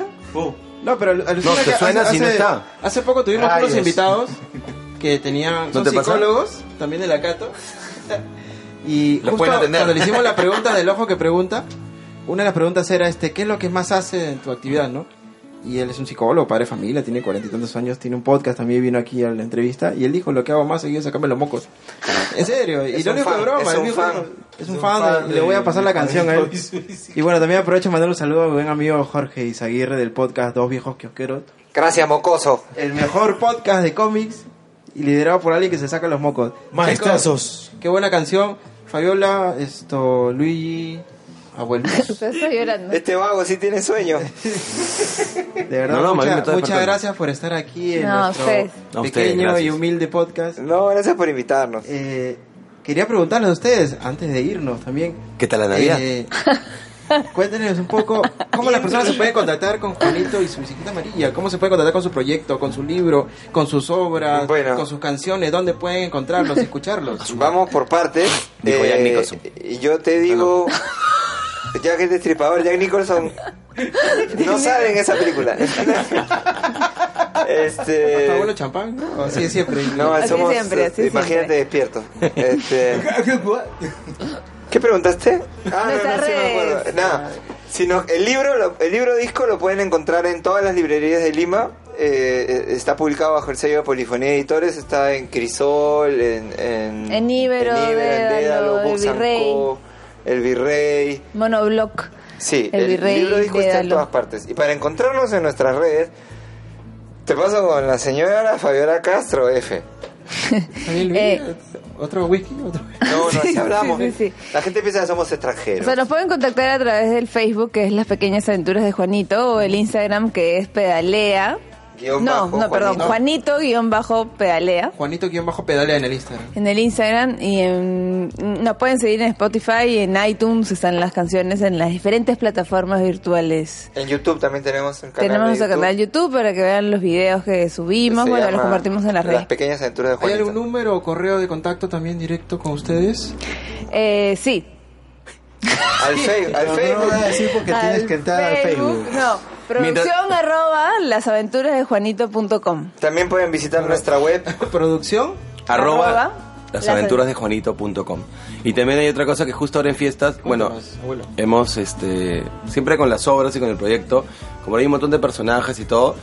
S2: No, pero alucina
S7: No, te
S2: que
S7: suena si no está.
S2: Hace poco tuvimos
S3: Rayos.
S2: unos invitados que tenían
S7: ¿No
S2: son
S7: te pasa?
S2: psicólogos, también de la Cato. y
S7: Los
S2: justo
S7: pueden atender.
S2: cuando le hicimos la pregunta del ojo que pregunta, una de las preguntas era este, ¿qué es lo que más hace en tu actividad, no? Y él es un psicólogo, padre de familia, tiene cuarenta y tantos años, tiene un podcast, también vino aquí a la entrevista y él dijo, lo que hago más seguido es sacarme los mocos. En serio, y
S6: Es
S2: no
S6: un
S2: le fue
S6: fan,
S2: broma,
S6: es
S2: él
S6: un
S2: dijo,
S6: fan.
S2: es un fan, de- y le voy a pasar la canción a él. Y bueno, también aprovecho para mandar un saludo a mi buen amigo Jorge Izaguirre del podcast Dos Viejos Kiosqueros.
S6: Gracias, mocoso.
S2: El mejor podcast de cómics y liderado por alguien que se saca los mocos.
S3: Maestrazos.
S2: Chicos, Qué buena canción. Fabiola, esto, Luigi, abuelo.
S5: Ustedes están llorando.
S6: Este vago sí tiene sueño.
S2: De verdad,
S7: No, no,
S2: mucha-
S7: Mavi me está
S2: muchas
S7: despertando.
S2: gracias por estar aquí en
S5: No,
S2: nuestro
S5: ustedes.
S7: No, ustedes,
S2: pequeño y
S7: gracias.
S2: humilde podcast.
S6: No, gracias por invitarnos.
S2: Eh, quería preguntarles a ustedes, antes de irnos también,
S7: ¿Qué tal la Navidad?
S2: Eh, cuéntenos un poco cómo las personas se pueden contactar con Juanito y su bicicleta amarilla, cómo se puede contactar con su proyecto, con su libro, con sus obras,
S6: Bueno.
S2: con sus canciones, dónde pueden encontrarlos, escucharlos.
S6: Vamos por partes. Eh,
S7: Dijo Jack Nicholson.
S6: y Yo te digo, Jack el Destripador, Jack Nicholson. No sale en esa película. Este.
S7: Eh,
S2: ¿Hasta abuelo champán? ¿no? Así de siempre.
S6: No,
S5: Así
S6: somos.
S5: siempre, así
S6: imagínate
S5: siempre.
S6: despierto. Este, ¿Qué preguntaste? Ah, no,
S5: Nuestras
S6: no, sí me
S5: redes.
S6: acuerdo. Nada. Sino el libro, lo- el libro disco lo pueden encontrar en todas las librerías de Lima. Eh, eh, está publicado bajo el sello de Polifonía Editores. Está en Crisol, en en,
S5: En Ibero, Dédalo, El
S6: Books and
S5: Virrey.
S6: Co, el Virrey.
S5: Monoblock.
S6: Sí,
S5: El
S6: el,
S5: Virrey,
S6: libro disco está en
S5: Dédalo.
S6: todas partes. Y para encontrarnos en nuestras redes, te paso con la señora Fabiola Castro F.
S2: También Luis,
S5: Eh.
S2: ¿Otro whisky? ¿Otro?
S6: No, no,
S5: Sí,
S6: así hablamos.
S5: sí, sí, sí.
S6: La gente piensa que somos
S5: O
S6: extranjeros.
S5: sea, nos pueden contactar a través del Facebook, que es Las Pequeñas Aventuras de Juanito, o el Instagram, que es Pedalea.
S6: Guión
S5: no,
S6: bajo,
S5: no, perdón, Juanito guión bajo pedalea.
S2: Juanito guión bajo pedalea en el Instagram.
S5: En el Instagram y en, nos pueden seguir en Spotify y en iTunes están las canciones en las diferentes plataformas virtuales.
S6: En YouTube también tenemos un
S5: Tenemos
S6: canal. de
S5: nuestro
S6: YouTube
S5: canal de YouTube para que vean los videos que
S6: que
S5: subimos,
S6: se
S5: bueno, los
S6: llama
S5: compartimos en las
S6: Las
S5: redes.
S6: pequeñas aventuras de
S2: ¿Hay
S6: Juanito.
S2: algún número o correo de contacto también directo con ustedes?
S5: Eh, sí,
S6: Al, fe-
S3: Pero no
S6: al
S3: lo
S6: Facebook.
S3: voy a decir porque tienes que entrar al Facebook.
S5: No, producción arroba lasaventurasdejuanito.com.
S6: También pueden visitar nuestra web.
S2: ¿Producción?
S7: Arroba,
S5: Arroba
S7: las aventuras de Juanito.com. Y también hay otra cosa que justo ahora en fiestas, bueno,
S2: Cuéntanos, abuelo.
S7: hemos, este, siempre con las obras y con el proyecto, como hay un montón de personajes y todo,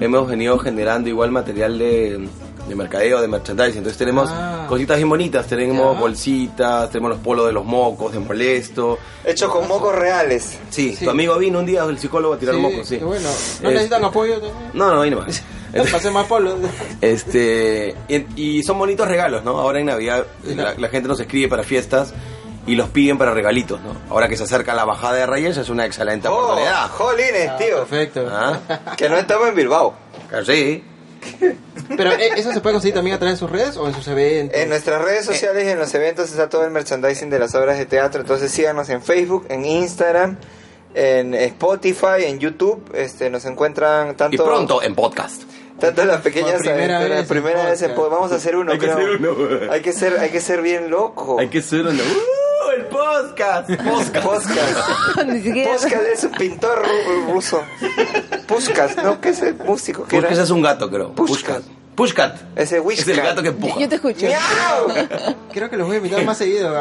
S7: hemos venido generando igual material de, de mercadeo, de merchandising. Entonces tenemos
S2: Ah.
S7: cositas bien bonitas, tenemos
S2: Ya.
S7: bolsitas, tenemos los polos de los mocos, de molesto.
S6: Hecho con mocos reales.
S7: Sí,
S2: Sí.
S7: tu amigo vino un día, el psicólogo, a tirar mocos, sí.
S2: qué bueno. ¿No
S7: Este,
S2: necesitan apoyo también?
S7: No, no, ahí nomás.
S2: Pasé más polo.
S7: Este, y, y son bonitos regalos, ¿no? Ahora en Navidad eh, la, la gente nos escribe para fiestas y los piden para regalitos, ¿no? Ahora que se acerca la bajada de Reyes es una excelente
S6: ¡Oh!
S7: oportunidad.
S6: ¡Jolines, tío!
S2: Perfecto.
S7: ¿Ah?
S6: Que no estamos en Bilbao.
S7: Sí.
S2: Pero ¿eh, eso se puede conseguir también a través de sus redes o en sus eventos.
S6: En nuestras redes sociales y en los eventos está todo el merchandising de las obras de teatro. Entonces síganos en Facebook, en Instagram, en Spotify, en YouTube, este, nos encuentran tanto...
S10: Y pronto en podcast.
S6: Tanto las pequeñas
S3: Por primera
S6: aventuras,
S3: vez
S6: primera
S3: en
S6: vez en
S3: podcast.
S6: po- vamos a hacer uno,
S7: Hay que
S6: creo.
S7: hacer uno.
S6: Hay que ser, hay que ser bien loco.
S7: Hay que ser una... ¡Uh! ¡El podcast! ¡Podcast!
S6: Podcast.
S5: Ni siquiera.
S6: Podcast es un pintor ru- ruso. Puskas, ¿no? Que es el músico que era.
S10: Pushkas es un gato, creo.
S6: Pushkas.
S10: Pushkat. Pushkat.
S6: Ese
S10: Es el
S6: Whiskas.
S10: gato que empuja.
S5: Yo te escucho.
S6: ¡Miau!
S2: Creo que los voy a invitar más seguido. ¿no?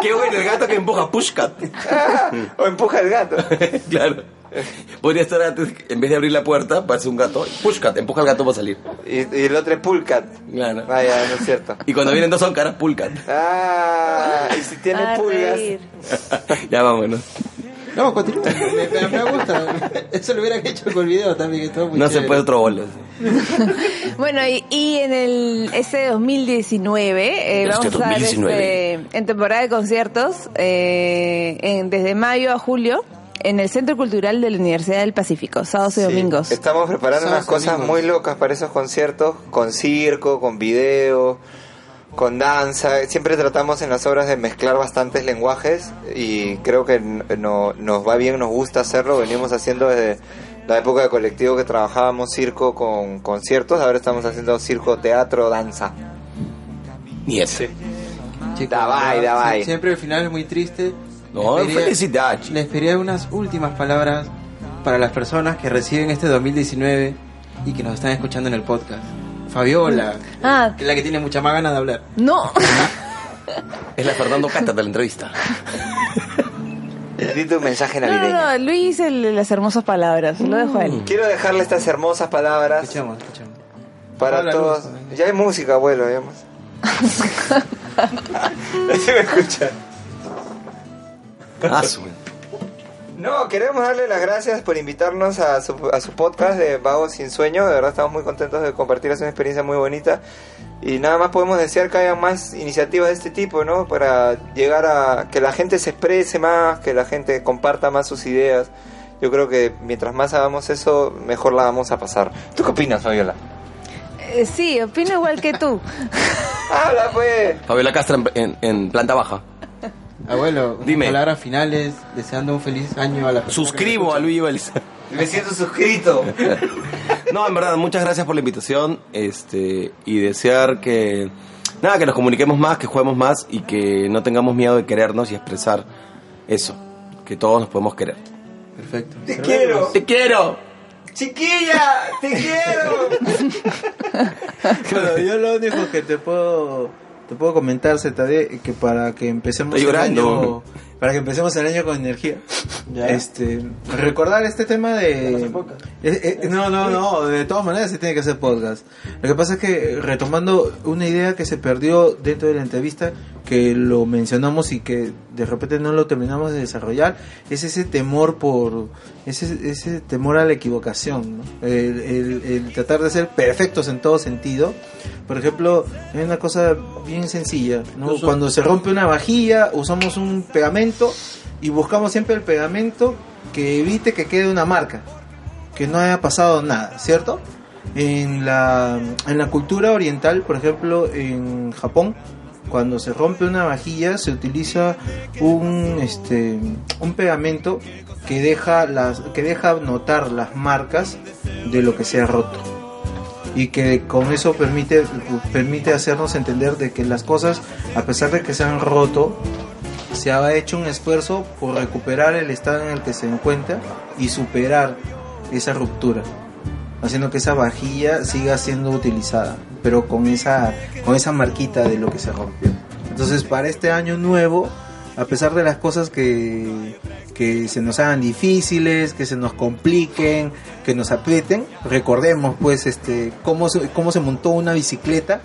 S10: Qué bueno, el gato que empuja. Pushkat.
S6: O empuja el gato.
S10: claro. Podría estar antes, en vez de abrir la puerta, parece un gato. Pushkat, empuja al gato para salir.
S6: Y, y el otro es Pulcat.
S10: Claro.
S6: Ah, ya, no es cierto.
S10: Y cuando vienen dos son caras, pulcat.
S6: Ah, y si tiene
S5: A
S6: pulgas.
S5: reír.
S10: ya vámonos.
S2: No, continúa. Me- Pero me gusta. Eso lo hubiera hecho con el video también. que estuvo muy
S10: No se
S2: chévere.
S10: puede otro bolo.
S5: Bueno, y, y en el ese 2019 eh,
S10: Este
S5: vamos a dar
S10: 2019.
S5: este, en temporada de conciertos eh, en- desde mayo a julio en el Centro Cultural de la Universidad del Pacífico, sábados y domingos.
S6: Estamos preparando unas
S2: Sábados,
S6: cosas
S2: domingos.
S6: muy locas para esos conciertos, con circo, con video, con danza. Siempre tratamos en las obras de mezclar bastantes lenguajes y creo que n- no- nos va bien, nos gusta hacerlo. Venimos haciendo desde la época de colectivo que trabajábamos circo con conciertos, ahora estamos haciendo circo, teatro, danza.
S10: Ni ese.
S2: Chicos,
S6: Davai,
S2: ¿verdad?
S6: davai.
S2: Sie- Siempre el final es muy triste.
S10: No,
S2: Les pediría-
S10: felicidad, chico.
S2: Les pediría unas últimas palabras para las personas que reciben este 2019 y que nos están escuchando en el podcast. Fabiola,
S5: Ah.
S2: que es la que tiene mucha más ganas de hablar.
S5: No.
S10: Es la Fernando Cata de la entrevista.
S6: Di tu mensaje
S5: No,
S6: navideño.
S5: no, no, Luis, el- las hermosas palabras. Lo dejo a él.
S6: Quiero dejarle estas hermosas palabras
S2: Escuchamos, escuchamos.
S6: para
S2: Apaga la
S6: todos.
S2: luz, ¿no?
S6: ya hay música, abuelo, ya hay música. Así me escucha.
S10: Ah, su-
S6: No, queremos darle las gracias por invitarnos a su, a su podcast de Vagos sin Sueño. De verdad estamos muy contentos de compartir. Es una experiencia muy bonita. Y nada más podemos desear que haya más iniciativas de este tipo, ¿no? Para llegar a que la gente se exprese más, que la gente comparta más sus ideas. Yo creo que mientras más hagamos eso, mejor la vamos a pasar. ¿Tú qué opinas, Fabiola?
S5: Eh, sí, opino igual que tú.
S6: ¡Habla, pues!
S10: Fabiola Castro en, en- en planta baja.
S2: Abuelo, unas
S10: Dime.
S2: palabras finales, deseando un feliz año a la
S10: Suscribo a Luis Valls.
S6: Me siento suscrito.
S10: No, en verdad, muchas gracias por la invitación. Este, y desear que. Nada, que nos comuniquemos más, que juguemos más y que no tengamos miedo de querernos y expresar eso. Que todos nos podemos querer.
S2: Perfecto.
S6: ¡Te quiero!
S10: ¡Te quiero!
S6: ¡Chiquilla! ¡Te quiero!
S3: Bueno, yo lo único que te puedo te puedo comentar ZD que para que empecemos
S10: Estoy
S3: el
S10: llorando.
S3: año para que empecemos el año con energía. Este, recordar este tema de Eh, eh, no, no, no, de todas maneras se tiene que hacer podcast. Lo que pasa es que retomando una idea que se perdió dentro de la entrevista que lo mencionamos y que de repente no lo terminamos de desarrollar es ese temor por ese, ese temor a la equivocación, ¿no? el, el- el tratar de ser perfectos en todo sentido. Por ejemplo, es una cosa bien sencilla, ¿no? cuando se rompe una vajilla usamos un pegamento y buscamos siempre el pegamento que evite que quede una marca, que no haya pasado nada, ¿cierto? En la, en la cultura oriental, por ejemplo, en Japón, cuando se rompe una vajilla se utiliza un, este, un pegamento que deja, las, que deja notar las marcas de lo que se ha roto. Y que con eso permite, permite hacernos entender de que las cosas, a pesar de que se han roto, se ha hecho un esfuerzo por recuperar el estado en el que se encuentra y superar esa ruptura, haciendo que esa vajilla siga siendo utilizada, pero con esa, con esa marquita de lo que se rompió. Entonces, para este año nuevo, a pesar de las cosas que, que se nos hagan difíciles, que se nos compliquen, que nos aprieten, recordemos pues este, cómo, se, cómo se montó una bicicleta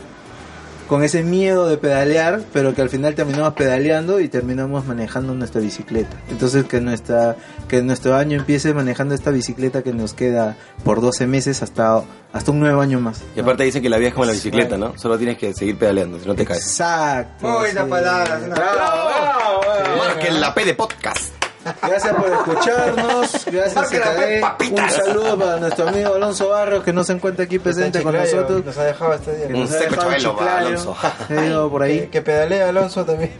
S3: con ese miedo de pedalear, pero que al final terminamos pedaleando y terminamos manejando nuestra bicicleta. Entonces que nuestra que nuestro año empiece manejando esta bicicleta que nos queda por 12 meses hasta hasta un nuevo año más.
S10: Y aparte dicen que la vida es como la bicicleta, ¿no? Solo tienes que seguir pedaleando, si no te caes.
S3: Exacto.
S6: Buena
S3: sí.
S6: palabra. ¡Bravo!
S10: Marquen la P de podcast.
S3: Gracias por escucharnos. Gracias
S6: Marque la
S3: ZD.
S6: vez, papitas.
S3: Un saludo para nuestro amigo Alonso Barros que no se encuentra aquí presente con nosotros.
S2: Nos ha dejado este
S3: Que
S2: día.
S10: Un
S3: nos ha
S10: seco
S3: dejado
S10: chuelo, va,
S3: chiclayo.
S10: Alonso.
S3: Ha ido por ahí.
S2: Que, pedalea Alonso también.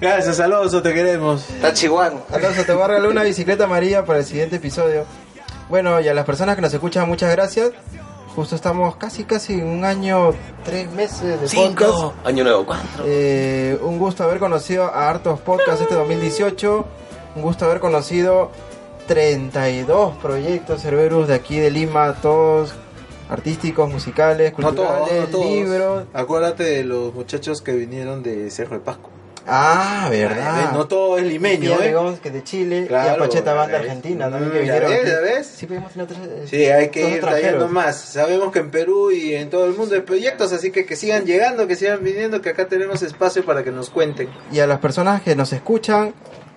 S3: Gracias, Alonso, te queremos.
S6: Tachihuán.
S2: Alonso, te voy a regalar una bicicleta amarilla para el siguiente episodio. Bueno, y a las personas que nos escuchan, muchas gracias. Justo estamos casi, casi un año, tres meses de podcast.
S10: Año nuevo, cuatro.
S2: Eh, un gusto haber conocido a hartos podcasts este 2018. Un gusto haber conocido 32 proyectos Cerberus de aquí de Lima, todos artísticos, musicales,
S3: No todos, no
S2: culturales,
S3: todos.
S2: libros.
S3: Acuérdate de los muchachos que vinieron de Cerro de Pasco.
S2: Ah, verdad.
S3: No todo es limeño,
S2: Miguel
S3: ¿eh?
S2: León, que es de Chile, y
S3: Claro,
S2: a Pacheta
S3: ya
S2: Banda
S3: ves.
S2: Argentina,
S3: Mm,
S2: también que
S3: ya
S2: vinieron.
S3: ves,
S2: aquí.
S3: ya ves.
S2: Sí, podemos tener tres-
S3: Sí, hay que
S2: dos
S3: ir
S2: extranjeros.
S3: trayendo más. Sabemos que en Perú y en todo el mundo hay proyectos, así que que sigan llegando, que sigan viniendo, que acá tenemos espacio para que nos cuenten.
S2: Y a las personas que nos escuchan,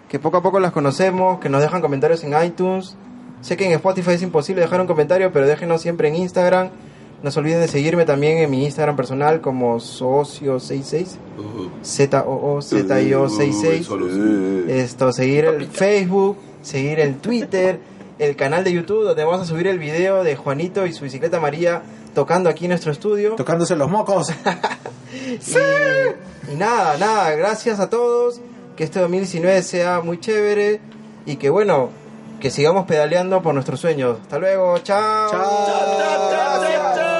S2: que poco a poco las conocemos, que nos dejan comentarios en iTunes. Sé que en Spotify es imposible dejar un comentario, pero déjenos siempre en Instagram. No se olviden de seguirme también en mi Instagram personal como socio66, z o o z i o 66
S3: Este,
S2: esto, seguir el Facebook, seguir el Twitter, el canal de YouTube donde vamos a subir el video de Juanito y su bicicleta María tocando aquí en nuestro estudio.
S3: Tocándose los mocos.
S2: Y, y nada, nada, gracias a todos, que este 2019 sea muy chévere y que bueno, que sigamos pedaleando por nuestros sueños. Hasta luego, chao.
S3: Chao.
S2: Gracias.